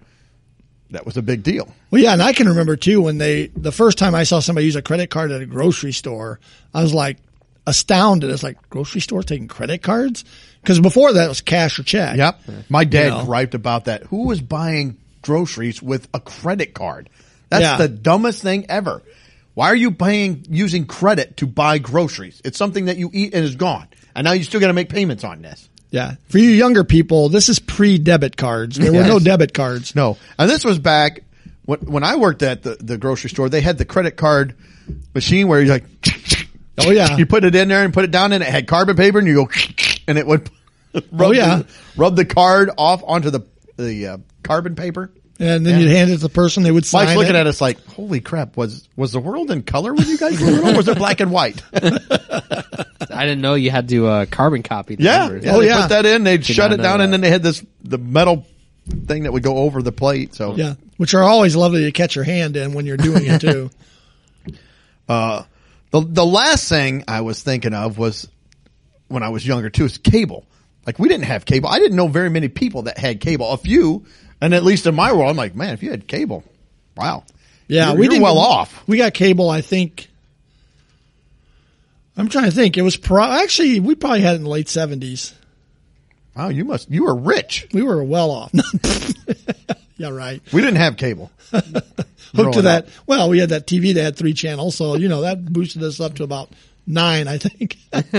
that was a big deal. Well, yeah, and I can remember too when they the first time I saw somebody use a credit card at a grocery store, I was like astounded. It's like grocery store taking credit cards because before that it was cash or check. Yep. My dad know. griped about that. Who was buying groceries with a credit card? That's Yeah. the dumbest thing ever. Why are you paying using credit to buy groceries? It's something that you eat and is gone. And now you still got to make payments on this. yeah. For you younger people, this is pre-debit cards. There were no Yes. debit cards. No. And this was back when, when I worked at the, the grocery store, they had the credit card machine where you're like, Oh, yeah. You put it in there and put it down and it had carbon paper and you go, and it would rub, yeah. the, rub the card off onto the, the uh, carbon paper. And then you'd hand it to the person, they would sign Mike's it. looking at us like, "Holy crap! Was was the world in color when you guys were little? Or was it black and white?" I didn't know you had to uh, carbon copy. The Yeah. numbers. yeah Oh, they yeah. Put that in. They'd shut not it know down, and that. then they had this the metal thing that would go over the plate. So Yeah. Which are always lovely to catch your hand in when you're doing it too. the the last thing I was thinking of was when I was younger too is cable. Like we didn't have cable. I didn't know very many people that had cable. A few, and at least in my world, I'm like, man, if you had cable, wow, Yeah, you're, we you're didn't- well off. We got cable, I think. I'm trying to think. It was pro- actually we probably had it in the late seventies. Wow, you must you were rich. We were well off. yeah, right. We didn't have cable. Hooked to Growing that. up. Well, we had that TV that had three channels, so you know that boosted us up to about nine, I think.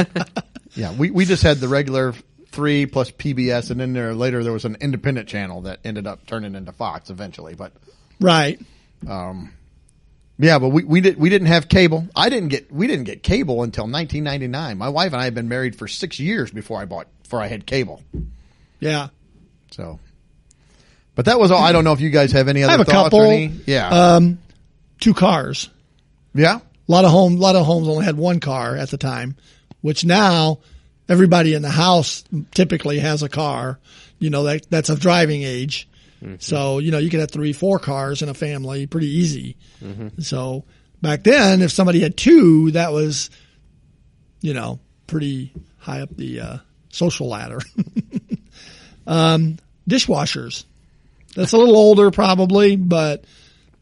Yeah, we, we just had the regular three plus PBS, and then there later there was an independent channel that ended up turning into Fox eventually. But right. yeah, but we, we did we didn't have cable. I didn't get we didn't get cable until 1999. My wife and I had been married for six years before I bought before I had cable. Yeah. So, but that was all. I don't know if you guys have any other have a thoughts or couple. Uh, Um, any. Yeah, Two cars. yeah. A lot of home lot of homes only had one car at the time, which now everybody in the house typically has a car. You know, that that's of driving age. Mm-hmm. So, you know, you could have three, four cars in a family pretty easy. Mm-hmm. So back then, if somebody had two, that was, you know, pretty high up the uh, social ladder. um, dishwashers. That's a little older probably, but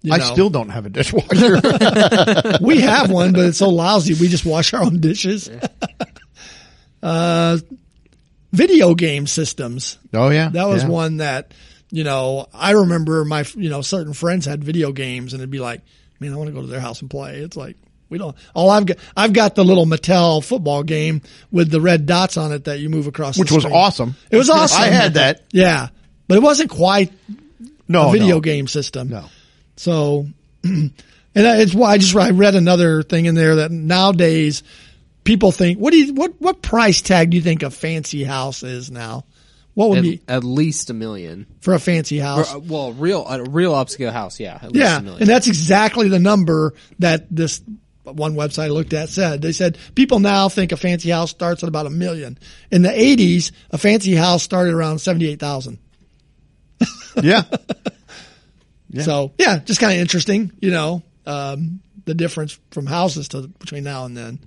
you I know still don't have a dishwasher. we have one, but it's so lousy. We just wash our own dishes. uh, video game systems. oh yeah, That was yeah. one that, you know, I remember my, you know, certain friends had video games and it'd be like, man, I want to go to their house and play. It's like, we don't, all I've got, I've got the little Mattel football game with the red dots on it that you move across. the Which was screen. awesome. It was awesome. I had that. Yeah. But it wasn't quite No a video no. game system. No. So, and I- it's why I just I read another thing in there that nowadays people think what do you what what price tag do you think a fancy house is now? What would At, be at least a million. for a fancy Or, house? uh, well, real a real upscale house. Yeah. At least yeah, A and million. that's exactly the number that this one website I looked at said. They said people now think a fancy house starts at about a million. In the '80s, a fancy house started around seventy-eight thousand. Yeah, So yeah, just kind of interesting, you know, um, the difference from houses to between now and then.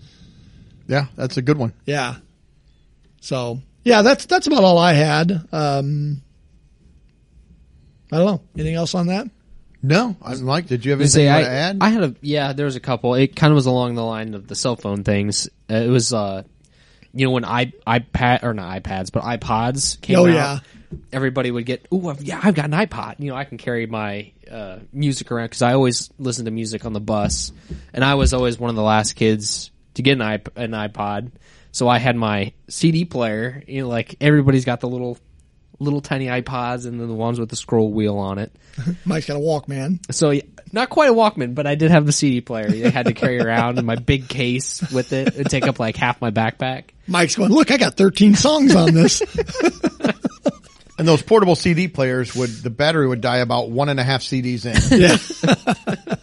yeah. That's a good one. Yeah. So yeah, that's that's about all I had. Um, I don't know anything else on that. No, I Mike. Did you have I anything say you I, want to add? I had a yeah. There was a couple. It kind of was along the line of the cell phone things. Uh, it was uh, you know when i iPad or not iPads but iPods came Oh, out, yeah. everybody would get oh yeah I've got an iPod you know I can carry my uh, music around because I always listen to music on the bus and I was always one of the last kids to get an, iP- an iPod so I had my CD player you know like everybody's got the little little tiny iPods and then the ones with the scroll wheel on it Mike's got a Walkman. so yeah, not quite a Walkman, but I did have the CD player. I had to carry around in my big case with it. It'd take up like half my backpack. Mike's going, look, I got 13 songs on this. And those portable CD players would the battery would die about one and a half CDs in. yeah.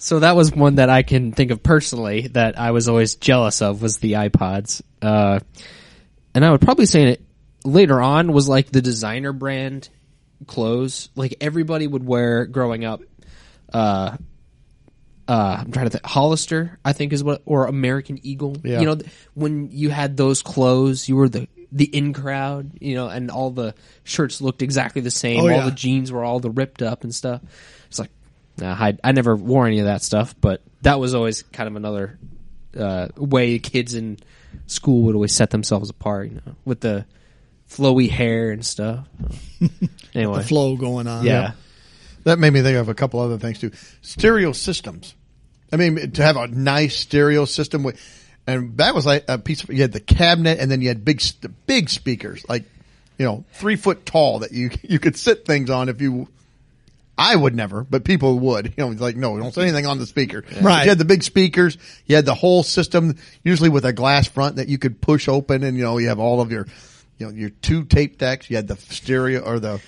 So that was one that I can think of personally that I was always jealous of was the iPods. Uh, and I would probably say it later on was like the designer brand clothes. Like everybody would wear growing up. Uh, uh, I'm trying to think. Hollister, I think, is what, or American Eagle. Yeah. You know, th- when you had those clothes, you were the the in crowd. You know, and all the shirts looked exactly the same. Oh, all yeah. the jeans were all the ripped up and stuff. It's like, nah, I, I never wore any of that stuff, but that was always kind of another uh, way kids in school would always set themselves apart. You know, with the flowy hair and stuff. anyway, Flow going on. yeah. that made me think of a couple other things too. Stereo systems. I mean, to have a nice stereo system with, and that was like a piece of, you had the cabinet and then you had big, s- the big speakers, like, you know, three foot tall that you, you could sit things on if you, I would never, but people would, you know, it's like, no, don't say anything on the speaker. Right. You had the big speakers. You had the whole system, usually with a glass front that you could push open and, you know, you have all of your, you know, your two tape decks. You had the stereo or the,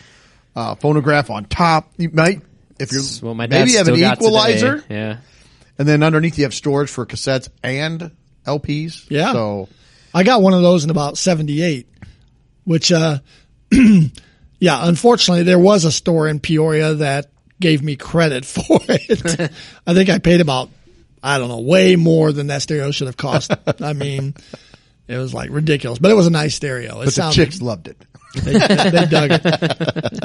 uh, phonograph on top. You might, if you're, That's what my dad maybe you have an still got today. equalizer. Yeah. And then underneath you have storage for cassettes and LPs. Yeah. So I got one of those in about 78, which, uh, yeah, unfortunately, there was a store in Peoria that gave me credit for it. I think I paid about, I don't know, way more than that stereo should have cost. I mean, it was like ridiculous, but it was a nice stereo. It but the chicks loved it. they, they dug it.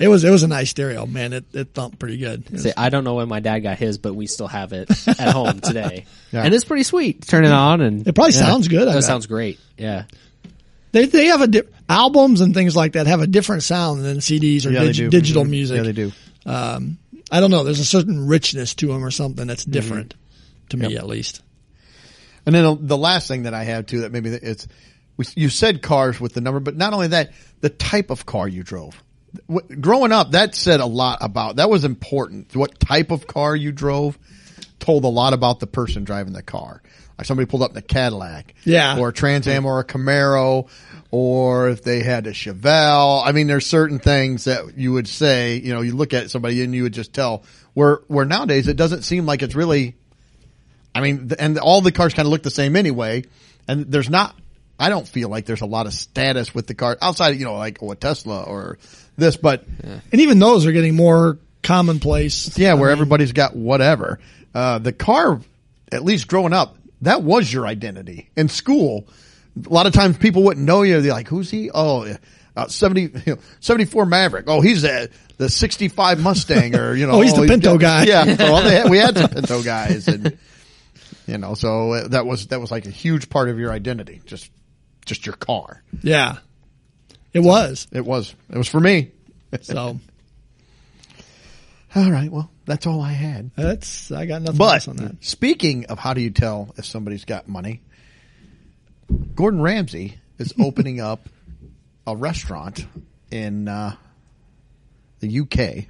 It was it was a nice stereo, man. It it thumped pretty good. It was- Say, I don't know when my dad got his, but we still have it at home today, and it's pretty sweet. Turn it on, and It probably sounds good, I That bet. sounds great. Yeah, They they have a di- albums and things like that have a different sound than CDs or dig- digital music. Um, Yeah, they do. I don't know. There's a certain richness to them or something that's Mm-hmm. different to me, at least. And then the last thing that I have too that maybe it's we- you said cars with the number, but not only that, the type of car you drove. Wh- Growing up, that said a lot about that was important. What type of car you drove told a lot about the person driving the car. Like somebody pulled up in a Cadillac, Yeah. or a Trans Am or a Camaro, or if they had a Chevelle. I mean, there's certain things that you would say. You know, you look at somebody and you would just tell. Where where nowadays it doesn't seem like it's really I mean, th- and all the cars kind of look the same anyway. And there's not, I don't feel like there's a lot of status with the car outside, of, you know, like oh, a Tesla or this, but And even those are getting more commonplace. yeah, where everybody's got whatever. Uh, the car, at least growing up, that was your identity in school. A lot of times people wouldn't know you. They're like, who's he? Oh, yeah, uh, 70, you know, 74 Maverick. Oh, he's a, the 65 Mustang or, you know, Oh, he's the Pinto guy. Yeah. Well, they had, we had some Pinto guys and, you know, so uh, that was, that was like a huge part of your identity. Just, just your car. Yeah, it was. It was, it was for me. So All right. Well, that's all I had. that's I got nothing But else on that. speaking of how do you tell if somebody's got money, Gordon Ramsay is opening up a restaurant in uh, the UK.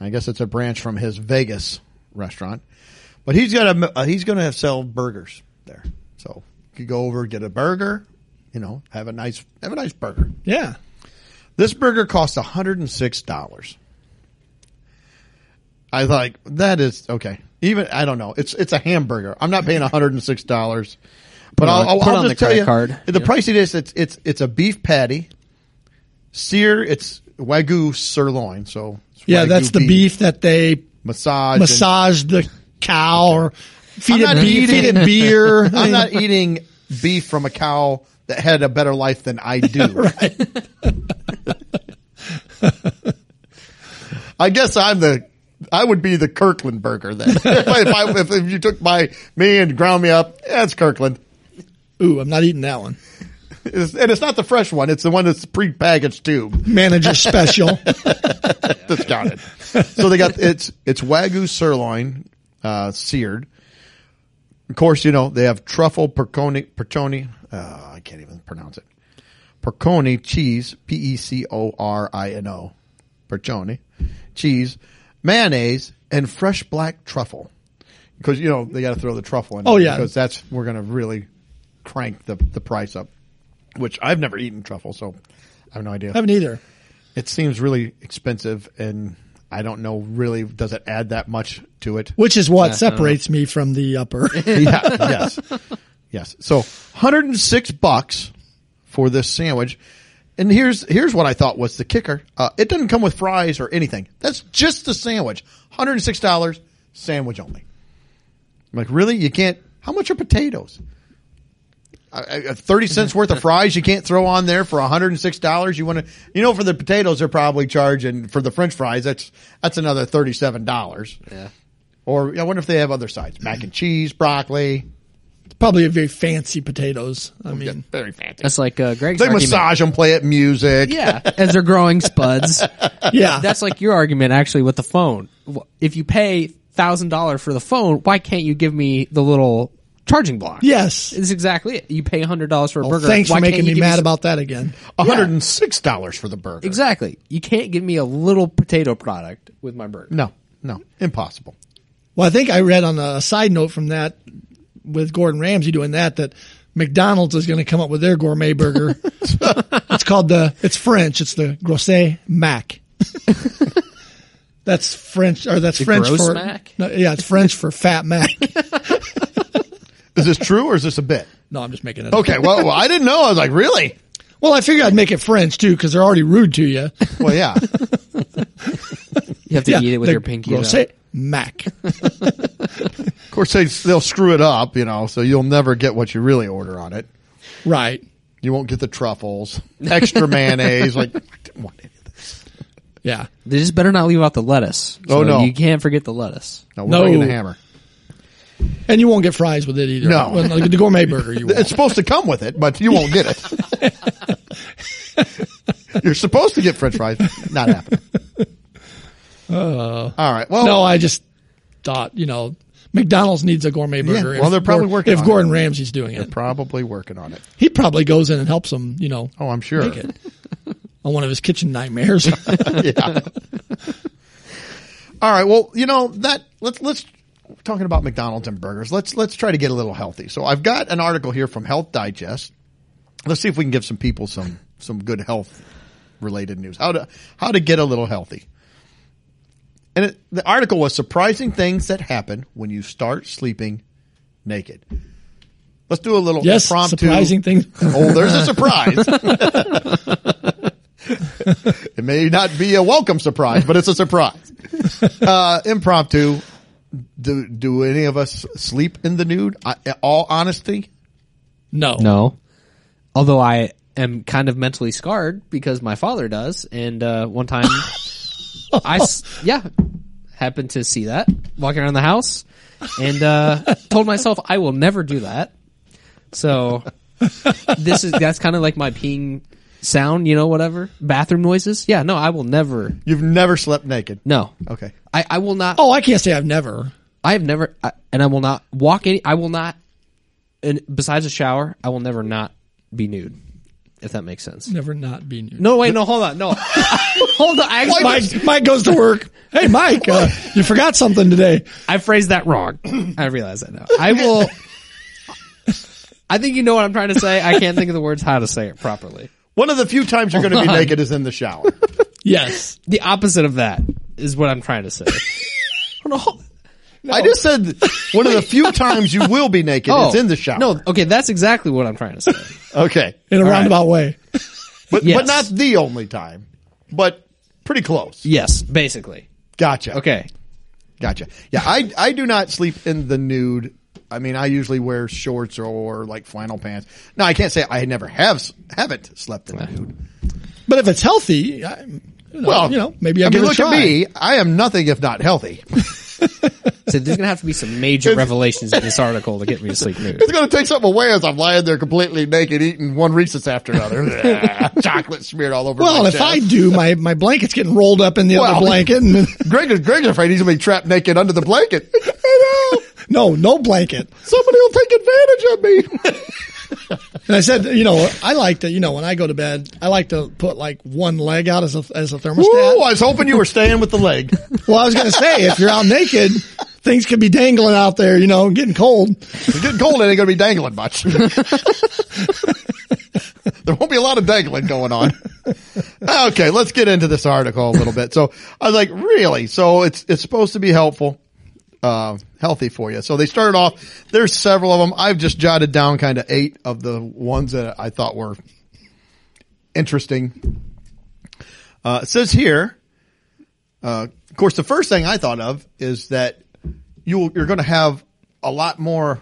I guess it's a branch from his Vegas restaurant, but he's got a uh, he's going to sell burgers there. So you could go over get a burger, you know, have a nice have a nice burger. Yeah, This burger cost $106. I thought like, that is okay. Even I don't know. It's it's a hamburger. I'm not paying $106. But Put I'll, on- I'll, put I'll on just the tell credit you card. the Yeah. price it is. It's it's it's a beef patty, sear. It's wagyu sirloin. So it's yeah. wagyu That's the beef that they massage. massage the cow or feed I'm it not beef, eating- feed it beer. I'm not eating beef from a cow that had a better life than I do. I guess I'm the. I would be the Kirkland burger then. if, I, if, I, if you took my me and ground me up, that's Kirkland. Ooh, I'm not eating that one. It's- and it's not the fresh one. It's the one that's pre-packaged tube. Manager special. That's got it. so they got it's it's wagyu sirloin uh, seared. Of course, you know they have truffle perconi perconi. Uh, I can't even pronounce it. Perconi cheese, P E C O R I N O, perconi cheese, mayonnaise, and fresh black truffle. Because you know they got to throw the truffle in. Oh, there yeah. because that's we're gonna really crank the the price up. Which I've never eaten truffle, so I have no idea. haven't either. It seems really expensive, and I don't know really does it add that much to it. Which is what separates me from the upper. yeah, yes, yes. So 106 bucks for this sandwich, and here's here's what I thought was the kicker. Uh, it doesn't come with fries or anything. That's just the sandwich. 106 dollars, sandwich only. I'm like, really? You can't? How much are potatoes? I- I- Thirty cents worth of fries you can't throw on there for hundred and six dollars. You want to, you know, for the potatoes they're probably charging for the French fries. That's that's another thirty seven dollars. Yeah. Or I wonder if they have other sides: mac and cheese, broccoli. Probably a very fancy potatoes. I mean, Very fancy. That's like uh, Greg's They argument. massage them, play it music. Yeah, as they're growing spuds. yeah. That's like your argument actually with the phone. Wh- If you pay thousand dollar for the phone, why can't you give me the little charging block? yes. It's exactly it. You pay hundred dollars for a burger. Thanks why for can't making you me give mad some- about that again. One hundred and six dollars for the burger. Exactly. You can't give me a little potato product with my burger. No, no, impossible. Well, I think I read on a side note from that with Gordon Ramsay doing that that McDonald's is going to come up with their gourmet burger. it's called the it's French. It's the Grosse Mac. that's French or that's French Gross for Mac? No, yeah, it's French for fat Mac. Is this true or is this a bit? No, I'm just making it. up. Okay, well, well, I didn't know. I was like, really? Well, I figured I'd make it French too because they're already rude to you. Well, yeah. You have to eat it with your pinky. Grosse though. Mac. Of course, they, they'll screw it up, you know, so you'll never get what you really order on it. right. You won't get the truffles, extra mayonnaise. Like, I didn't want any of this. Yeah. They just better not leave out the lettuce. So Oh, no. you can't forget the lettuce. No, we're No. bringing the hammer. And you won't get fries with it either. No. Well, like the gourmet burger you It's won't. supposed to come with it, but you won't get it. You're supposed to get French fries. Not happening. All right. Well, Uh, No, I just thought, you know, McDonald's needs a gourmet burger. well, they're probably Gor- working If on Gordon it. Ramsay's doing it, probably working on it. he probably goes in and helps them, you know, Oh, I'm sure. make it on one of his kitchen nightmares. yeah. All right. Well, you know that let's let's talking about McDonald's and burgers. Let's let's try to get a little healthy. So I've got an article here from Health Digest. Let's see if we can give some people some some good health related news. How to how to get a little healthy. And it, the article was surprising things that happen when you start sleeping naked. Let's do a little yes, impromptu surprising things. Oh, there's a surprise. it may not be a welcome surprise, but it's a surprise. Uh, impromptu. Do, do any of us sleep in the nude? I, in all honesty, No. No. Although I am kind of mentally scarred because my father does, and uh, one time I s- yeah happened to see that walking around the house, and uh, told myself I will never do that. So this is that's kind of like my peeing sound, you know, whatever bathroom noises. Yeah, no, I will never. you've never slept naked. No, Okay. I, I will not. Oh, I can't say I've never. I have never, I, and I will not walk any. I will not, and besides a shower, I will never not be nude. If that makes sense. Never not been nude. No, wait, no, hold on, no, hold on. I, actually- Mike, Mike goes to work. Hey, Mike, uh, you forgot something today. I phrased that wrong. I realize that now. I will. I think you know what I'm trying to say. I can't think of the words how to say it properly. One of the few times you're going to be naked is in the shower. Yes. The opposite of that is what I'm trying to say. no, I just said one of the few times you will be naked is in the shower. Oh. No, okay, that's exactly what I'm trying to say. Okay. In a All right. roundabout way. But, Yes. but not the only time, but pretty close. yes, basically. Gotcha. Okay. Gotcha. Yeah, I I do not sleep in the nude. I mean, I usually wear shorts or like flannel pants. No, I can't say I never have s- haven't slept in the nude. But if it's healthy, I, you know, Well, you know, maybe I'll I give mean, it a look try. at me. I am nothing if not healthy. So there's gonna have to be some major revelations in this article to get me to sleep nude. It's going to take something away as I'm lying there completely naked, eating one Reese's after another. Chocolate smeared all over Well, my if chest. I do, my, my blanket's getting rolled up in the Well- other blanket. And, Greg is, Greg's afraid he's going to be trapped naked under the blanket. no, no blanket. Somebody will take advantage of me. And I said, you know, I like to, you know, when I go to bed, I like to put like one leg out as a, as a thermostat. Ooh, I was hoping you were staying with the leg. Well, I was going to say, if you're out naked, things could be dangling out there, you know, getting cold. It's getting cold, it ain't going to be dangling much. there won't be a lot of dangling going on. Okay, let's get into this article a little bit. So I was like, really? So it's it's supposed to be helpful, uh, healthy for you. So they started off. There's several of them. I've just jotted down kind of eight of the ones that I thought were interesting. Uh, it says here, uh, of course, the first thing I thought of is that you you're going to have a lot more.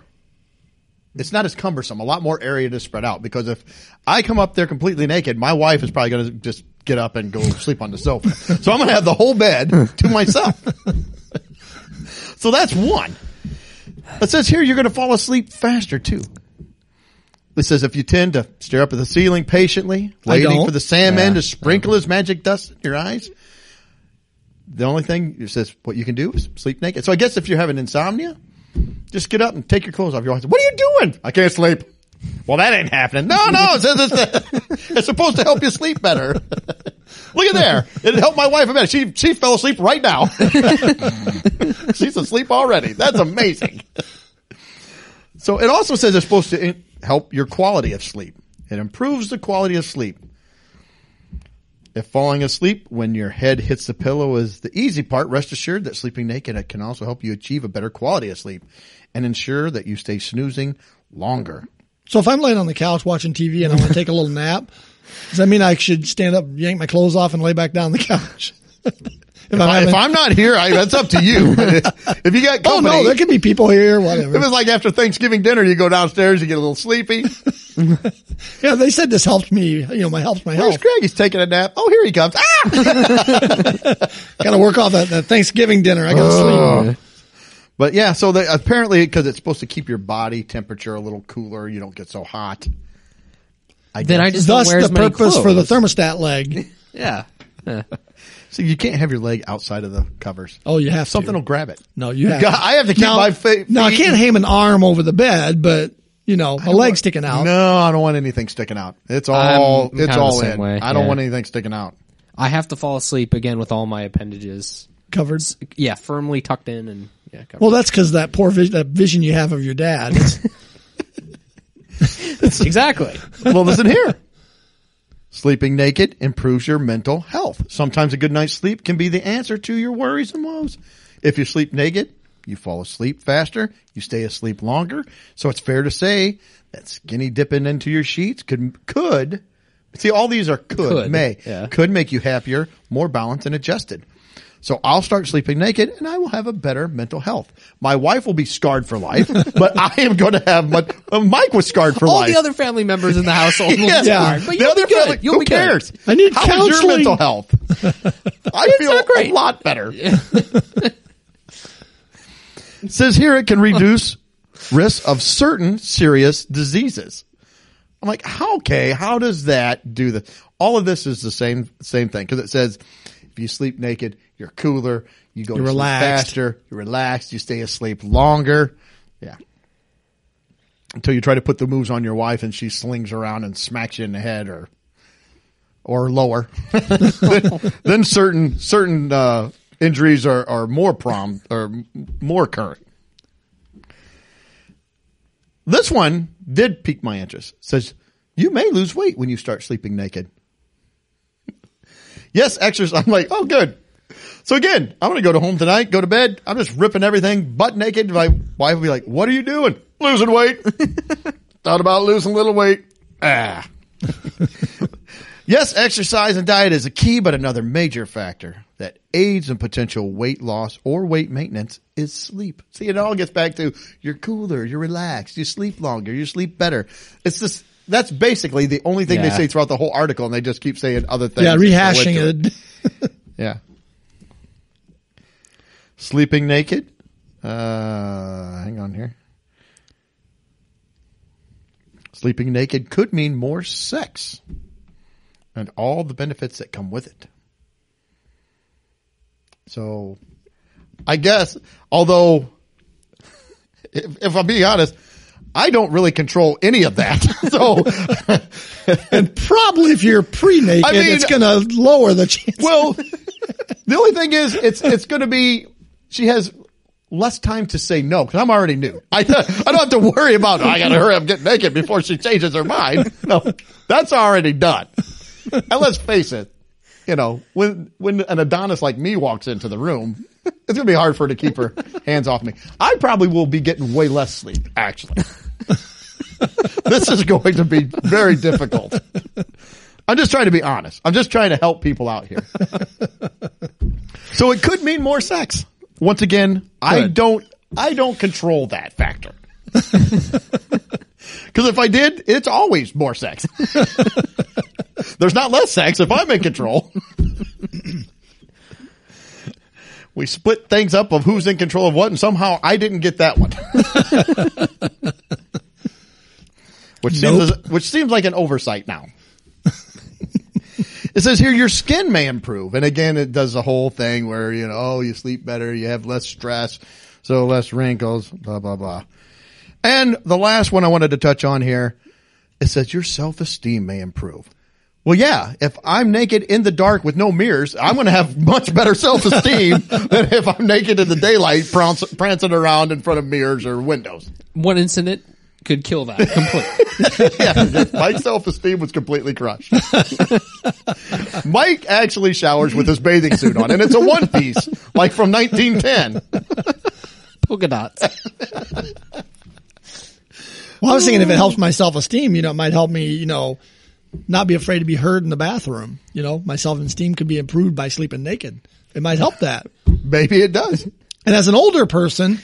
It's not as cumbersome, a lot more area to spread out because if I come up there completely naked, my wife is probably going to just get up and go sleep on the sofa. So I'm going to have the whole bed to myself. so that's one. It says here you're going to fall asleep faster too. It says if you tend to stare up at the ceiling patiently, I waiting don't. for the sandman to sprinkle his magic dust in your eyes, the only thing it says what you can do is sleep naked. So I guess if you're having insomnia, just get up and take your clothes off. Your wife says, "What are you doing? I can't sleep." Well, that ain't happening. No, no, it says it's, it's supposed to help you sleep better. Look at there. It helped my wife a bit. She she fell asleep right now. She's asleep already. That's amazing. So it also says it's supposed to in- help your quality of sleep. It improves the quality of sleep. If falling asleep when your head hits the pillow is the easy part, rest assured that sleeping naked it can also help you achieve a better quality of sleep and ensure that you stay snoozing longer. So if I'm laying on the couch watching TV and I want to take a little nap, does that mean I should stand up, yank my clothes off, and lay back down on the couch? if, If I'm having- I'm not here, I, that's up to you. if you got company, oh no, there could be people here, it was whatever. like after Thanksgiving dinner, you go downstairs, you get a little sleepy. Yeah, they said this helped me. You know, my helps my Where's health. Greg? He's taking a nap. Oh, here he comes. Ah! Got to work off that, that Thanksgiving dinner. I got Oh. to sleep. But yeah, so they, apparently because it's supposed to keep your body temperature a little cooler, you don't get so hot. Then I just don't Thus, wear as the many purpose for the clothes. thermostat leg. Yeah. so you can't have your leg outside of the covers. Oh, you have to. Something will grab it. No, you have. God, I have to keep now, my fa- Now I feet- can't hang an arm over the bed, but you know, a leg sticking out. No, I don't want anything sticking out. It's I'm all it's kinda the all same in. way, I don't yeah. want anything sticking out. I have to fall asleep again with all my appendages. covered. Yeah, firmly tucked in and yeah. Covered. Well, that's because that poor vision, that vision you have of your dad. It's- exactly. well, listen here. Sleeping naked improves your mental health. Sometimes a good night's sleep can be the answer to your worries and woes. If you sleep naked, you fall asleep faster, you stay asleep longer. So it's fair to say that skinny dipping into your sheets could could see all these are could, Could, may yeah. could make you happier, more balanced and adjusted. So I'll start sleeping naked and I will have a better mental health. My wife will be scarred for life, but I am going to have much. uh, Mike was scarred for All life the other family members in the household. will yeah. be fine, but you'll be good. family- you'll who be good. cares? I need How is your counseling. mental health? I feel not great. a lot better. It says here it can reduce risk of certain serious diseases. I'm like, how, okay, how does that do this? All of this is the same same thing because it says if you sleep naked, you're cooler, you go You're to sleep relaxed. faster, you're relaxed, you stay asleep longer. Yeah. Until you try to put the moves on your wife and she slings around and smacks you in the head or or lower. then, then certain certain uh, injuries are, are more prom or m- more current. This one did pique my interest. Says you may lose weight when you start sleeping naked. yes, exercise. I'm like, oh, good. So again, I'm gonna go to home tonight, go to bed. I'm just ripping everything butt naked. My wife will be like, "What are you doing? Losing weight? Thought about losing a little weight? Ah." Yes, exercise and diet is a key, but another major factor that aids in potential weight loss or weight maintenance is sleep. See, it all gets back to you're cooler, you're relaxed, you sleep longer, you sleep better. It's just that's basically the only thing they Yeah. say throughout the whole article, and they just keep saying other things. yeah, to rehashing relate to it. Yeah. Sleeping naked Uh, hang on here. Sleeping naked could mean more sex and all the benefits that come with it. So, I guess, although, if, if I'm being honest, I don't really control any of that. so, And probably if you're pre-naked, I mean- it's going to lower the chance. Well, the only thing is, it's it's going to be she has less time to say no because I'm already new. I I don't have to worry about "Oh, I got to hurry up get naked before she changes her mind. No, that's already done. And let's face it, you know when when an Adonis like me walks into the room. It's gonna be hard for her to keep her hands off me. I probably will be getting way less sleep, actually. this is going to be very difficult. I'm just trying to be honest. I'm just trying to help people out here. So it could mean more sex. Once again, I Could. don't I don't control that factor. Cuz if I did, it's always more sex. There's not less sex if I'm in control. we split things up of who's in control of what and somehow I didn't get that one. which seems which seems like an oversight now. It says here your skin may improve, and again it does the whole thing where you know oh you sleep better, you have less stress, so less wrinkles, blah blah blah. And the last one I wanted to touch on here, it says your self esteem may improve. Well, yeah, if I'm naked in the dark with no mirrors, I'm going to have much better self esteem than if I'm naked in the daylight prance, prancing around in front of mirrors or windows. One incident could kill that completely. yeah, my self esteem was completely crushed. Mike actually showers with his bathing suit on, and it's a one piece, like from 1910. Polka dots. Well, I was thinking if it helps my self-esteem, you know, it might help me, you know, not be afraid to be heard in the bathroom. You know, my self-esteem could be improved by sleeping naked. It might help that. Maybe it does. And as an older person,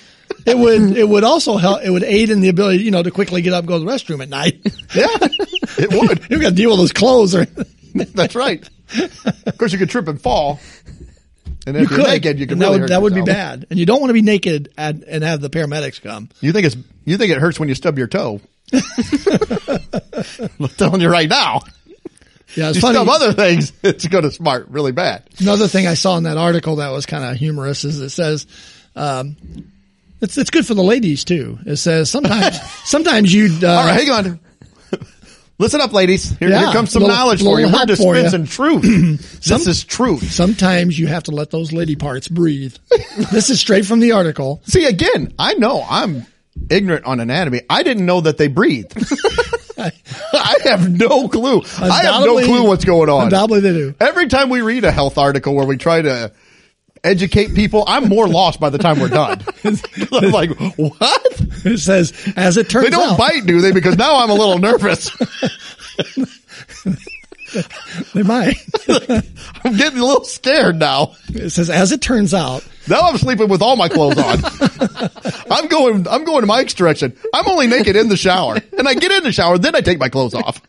it would it would also help. It would aid in the ability, you know, to quickly get up, and go to the restroom at night. Yeah, it would. You got to deal with those clothes, or That's right. Of course, you could trip and fall. And if you you are could. naked, you could And that really would, hurt that would be yourself. bad. And you don't want to be naked and, and have the paramedics come. You think it's you think it hurts when you stub your toe? I'm telling you right now. Yeah, it's You funny. stub other things, it's going to smart really bad. Another thing I saw in that article that was kind of humorous is it says, um, it's it's good for the ladies too. It says sometimes sometimes you'd uh, All right, hang on. Listen up, ladies. Here, Yeah, here comes some little- knowledge for you. little We're help for dispensing truth. this is truth. sometimes you have to let those lady parts breathe. this is straight from the article. See, again, I know I'm ignorant on anatomy. I didn't know that they breathe. I have no clue. I have no Undoubtedly- clue what's going on. Undoubtedly they do. Every time we read a health article where we try to educate people, I'm more lost by the time we're done. I'm like, what? It says as it turns They don't out bite, do they? Because now I'm a little nervous. they might. I'm getting a little scared now. It says as it turns out Now I'm sleeping with all my clothes on. I'm going, I'm going Mike's direction. I'm only naked in the shower and I get in the shower. Then I take my clothes off.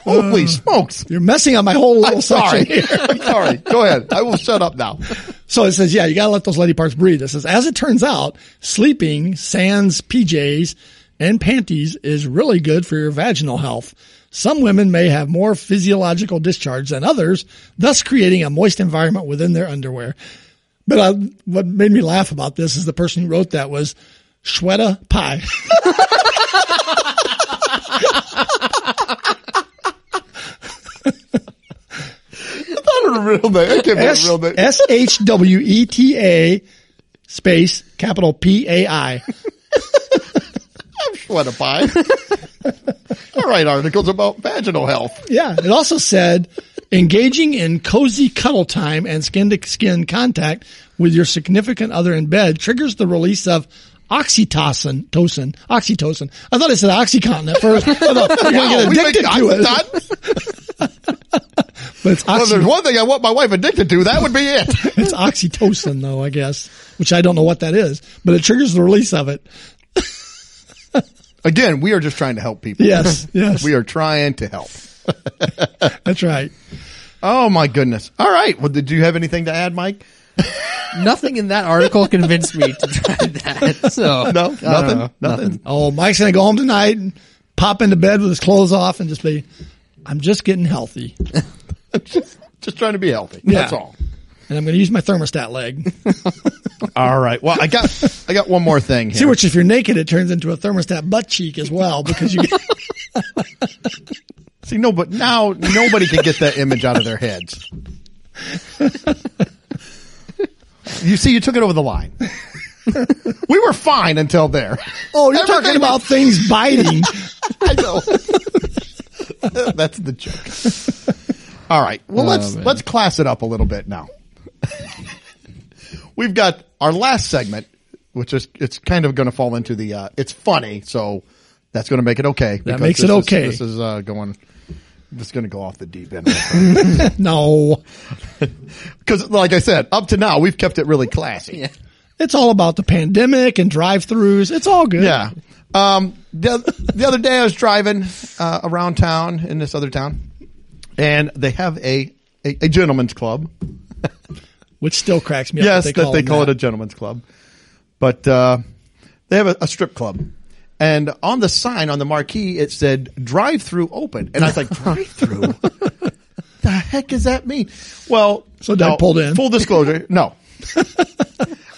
Holy smokes. you're messing up my whole little I'm section. sorry. I'm sorry. Go ahead. I will shut up now. So it says, yeah, you gotta let those lady parts breathe. It says, as it turns out, sleeping, sans PJs, and panties is really good for your vaginal health. Some women may have more physiological discharge than others, thus creating a moist environment within their underwear. But I, what made me laugh about this is the person who wrote that was Shweta Pie. Not a real name. I can't be a S real name. S H W E T A space capital P A I. What a pie. I write articles about vaginal health. Yeah. It also said engaging in cozy cuddle time and skin to skin contact with your significant other in bed triggers the release of oxytocin, tocin, oxytocin. I thought it said oxycontin at first. I thought you're going to Oh, get we make addicted to it. Oxycontin? But it's, Well, if there's oxy, one thing I want my wife addicted to. That would be it. it's oxytocin though, I guess, which I don't know what that is, but it triggers the release of it. Again, we are just trying to help people. Yes. Yes. We are trying to help. that's right. Oh my goodness. All right. Well, did you have anything to add, Mike? Nothing in that article convinced me to try that. No, So I don't nothing, know. nothing. Oh, Mike's gonna go home tonight and pop into bed with his clothes off and just be, I'm just getting healthy, Just trying to be healthy. That's Yeah. all. and I'm gonna use my thermostat leg. All right. Well, I got I got one more thing here. See, which if you're naked, it turns into a thermostat butt cheek as well because you. Get, See, no, but now nobody can get that image out of their heads. you see, you took it over the line. we were fine until there. oh, you're talking about things biting. I know. That's the joke. All right. Well, Oh, let's man. let's class it up a little bit now. We've got our last segment, which is it's kind of going to fall into the uh, it's funny, so that's going to make it okay. because makes this it is- okay. This is uh, going. This is going to go off the deep end. no, Because, like I said, up to now we've kept it really classy. Yeah. it's all about the pandemic and drive-throughs. It's all good. Yeah. Um, the, the other day I was driving uh, around town in this other town, and they have a a, a gentleman's club. which still cracks me yes, up. that they them call that. it a gentleman's club, but uh, they have a, a strip club. And on the sign on the marquee, it said "drive through open," and I was like, "Drive through? the heck does that mean?" Well, So Doug now, pulled in. Full disclosure, no. I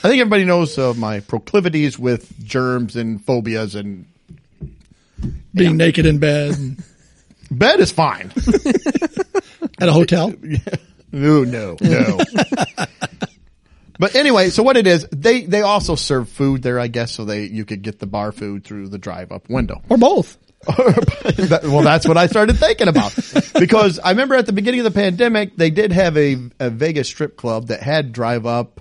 think everybody knows uh, my proclivities with germs and phobias and being naked in bed and- Bed is fine. at a hotel. no, no, no. but anyway, so what it is, they they also serve food there, I guess, so they you could get the bar food through the drive up window. or both. That- well, that's what I started thinking about because I remember at the beginning of the pandemic, they did have a, a Vegas strip club that had drive up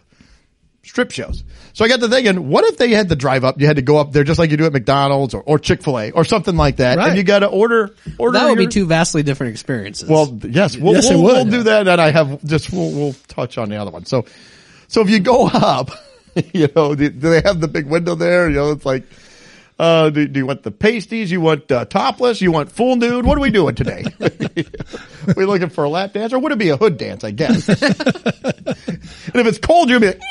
strip shows. So I got to thinking, what if they had the drive up? You had to go up there just like you do at McDonald's or, or Chick fil A or something like that, Right. and you got to order order. That would be your- two vastly different experiences. Well, th- yes, we'll, Yes, it we'll, would. we'll do that, and I have just we'll, we'll touch on the other one. So, so if you go up, you know, do, do they have the big window there? You know, it's like, uh, do, do you want the pasties? You want uh, topless? You want full nude? What are we doing today? we looking for a lap dance, or would it be a hood dance? I guess. and if it's cold, you'll be like,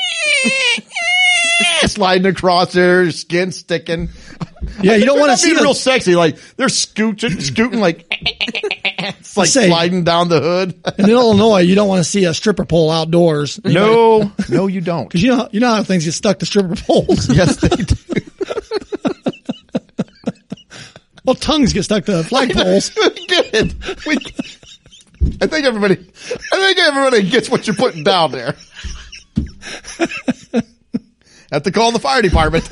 sliding across there, skin sticking. Yeah, you don't want to see Being the, real sexy, like they're scooching, scooting, like it's like Say- sliding down the hood. in Illinois. You don't want to see a stripper pole outdoors. No, no, you don't. because you know you know how things get stuck to stripper poles. yes, they do. well, tongues get stuck to flag poles. We get it. We, I think everybody, I think everybody gets what you're putting down there. Have to call the fire department.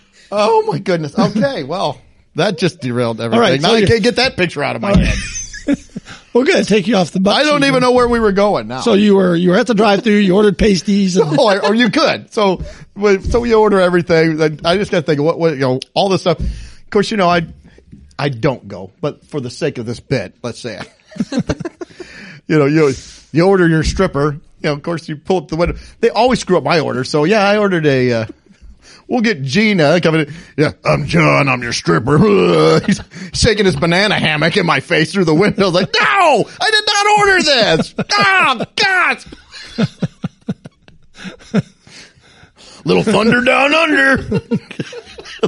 oh my goodness. Okay, well, that just derailed everything. right, now so I you- can't get that picture out of my head. We're gonna take you off the bus. I don't even know where we were going now. So you were you were at the drive-through. You ordered pasties. And, or, or Oh, you could. So, well, so we order everything. Then I just got to think, what, what, you know, all this stuff. Of course, you know, I, I don't go, but for the sake of this bit, let's say, you know, you, you order your stripper. You know, of course, you pull up the window. They always screw up my order. So yeah, I ordered a. Uh, We'll get Gina coming in. Yeah, I'm John. I'm your stripper. He's shaking his banana hammock in my face through the window. Like, no, I did not order this. Oh, God. Little Thunder Down Under.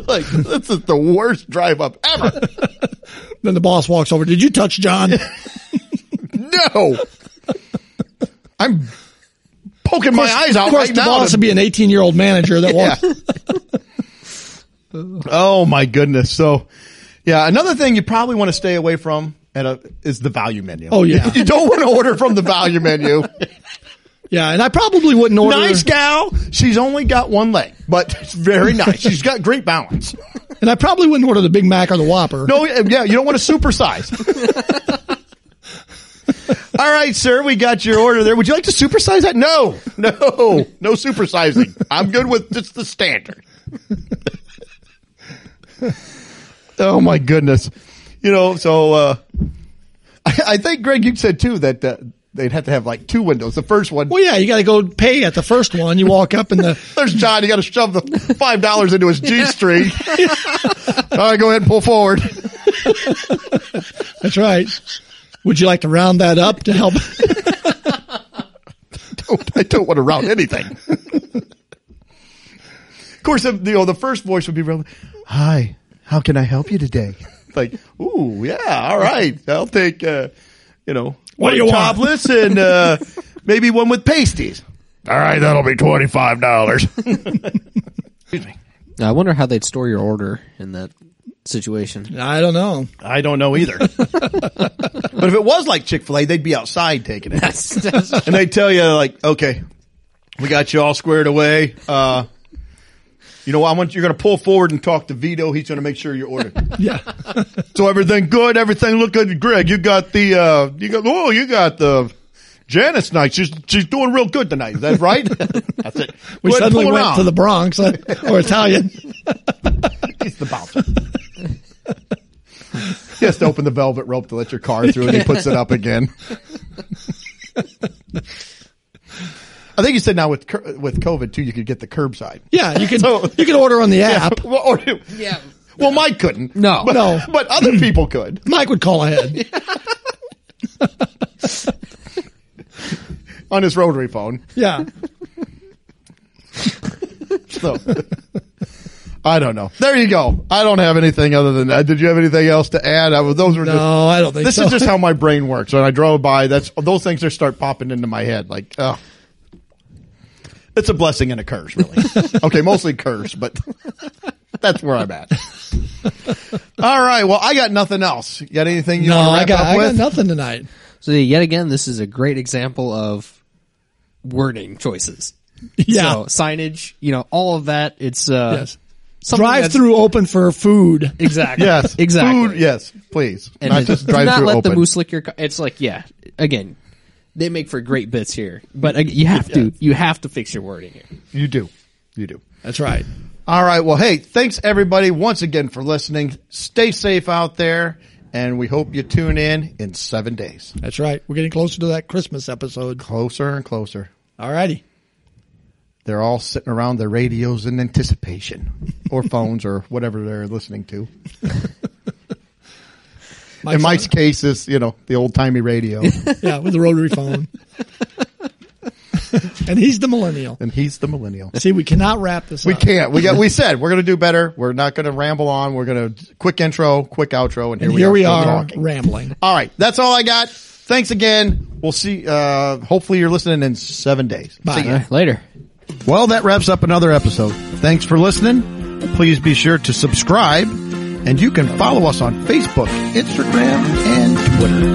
like, this is the worst drive up ever. then the boss walks over. Did you touch John? No. I'm poking my eyes out Of course, right the now. boss to- would be an eighteen-year-old manager that Yeah. walks. oh my goodness. So, yeah, another thing you probably want to stay away from at a, is the value menu. Oh, yeah. you don't want to order from the value menu. Yeah, and I probably wouldn't order. nice gal. She's only got one leg, but it's very nice. She's got great balance. And I probably wouldn't order the Big Mac or the Whopper. No, yeah, you don't want to supersize. All right, sir, we got your order there. Would you like to supersize that? No, no, no supersizing. I'm good with just the standard. oh my goodness, you know. So uh, I, I think Greg, you said too that uh, they'd have to have like two windows. The first one, Well, yeah, you got to go pay at the first one. You walk up and the there's John. You got to shove the five dollars into his g string. All right, go ahead and pull forward. That's right. Would you like to round that up to help? don't, I don't want to route anything. of course, if, you know, the first voice would be real. Hi, how can I help you today? Like, ooh, yeah, all right. I'll take, uh, you know, What do you want? topless and uh, maybe one with pasties. All right, that'll be twenty five dollars. I wonder how they'd store your order in that situation. I don't know. I don't know either. but if it was like Chick fil A, they'd be outside taking it. That's, that's and they tell you like, okay, we got you all squared away. Uh, you know, what? I want you're going to pull forward and talk to Vito. He's going to make sure you're ordered. Yeah. so everything good, everything look good. Greg, you got the uh, you got oh, you got the Janice night. She's she's doing real good tonight. Is that right? That's it. We Go ahead and suddenly pull her went out. to the Bronx uh, or Italian. He's the bouncer. he has to open the velvet rope to let your car through, and he puts it up again. I think you said now with cur- with COVID too, you could get the curbside. Yeah, you can So- you can order on the app. Well, or, yeah. Well, Mike couldn't. No. but, No. but other people could. Mike would call ahead. on his rotary phone. Yeah. So I don't know. There you go. I don't have anything other than that. Did you have anything else to add? I, was- those were just No, I don't think this so. is just how my brain works. When I drove by, that's those things just start popping into my head. Like, oh, it's a blessing and a curse, really. okay, mostly curse, but that's where I'm at. All right. Well, I got nothing else. You got anything you no, want to wrap I got up I got with? nothing tonight. so yet again, this is a great example of wording choices. Yeah. uh, So signage, you know, all of that. It's uh, yes. something Drive that's- through open for food. Exactly. Yes. Exactly. Food, yes. Please. And not it- just do drive not through let open. the moose lick your. Co- it's like yeah. Again, they make for great bits here, but uh, you have to you have to fix your wording here. you do. You do. That's right. All right. Well, hey, thanks everybody once again for listening. Stay safe out there, and we hope you tune in in seven days. That's right. We're getting closer to that Christmas episode. Closer and closer. All righty. They're all sitting around their radios in anticipation, or phones, or whatever they're listening to. In Mike's case, is you know the old timey radio, yeah, with the rotary phone. and he's the millennial. and he's the millennial. See, we cannot wrap this We up. can't. We got. We said we're going to do better. We're not going to ramble on. We're going to quick intro, quick outro, and here we Here are. we still are talking. rambling. All right. That's all I got. Thanks again. We'll see. Uh, hopefully you're listening in seven days. Bye. See ya. later. Well, that wraps up another episode. Thanks for listening. Please be sure to subscribe and you can follow us on Facebook, Instagram, and Twitter.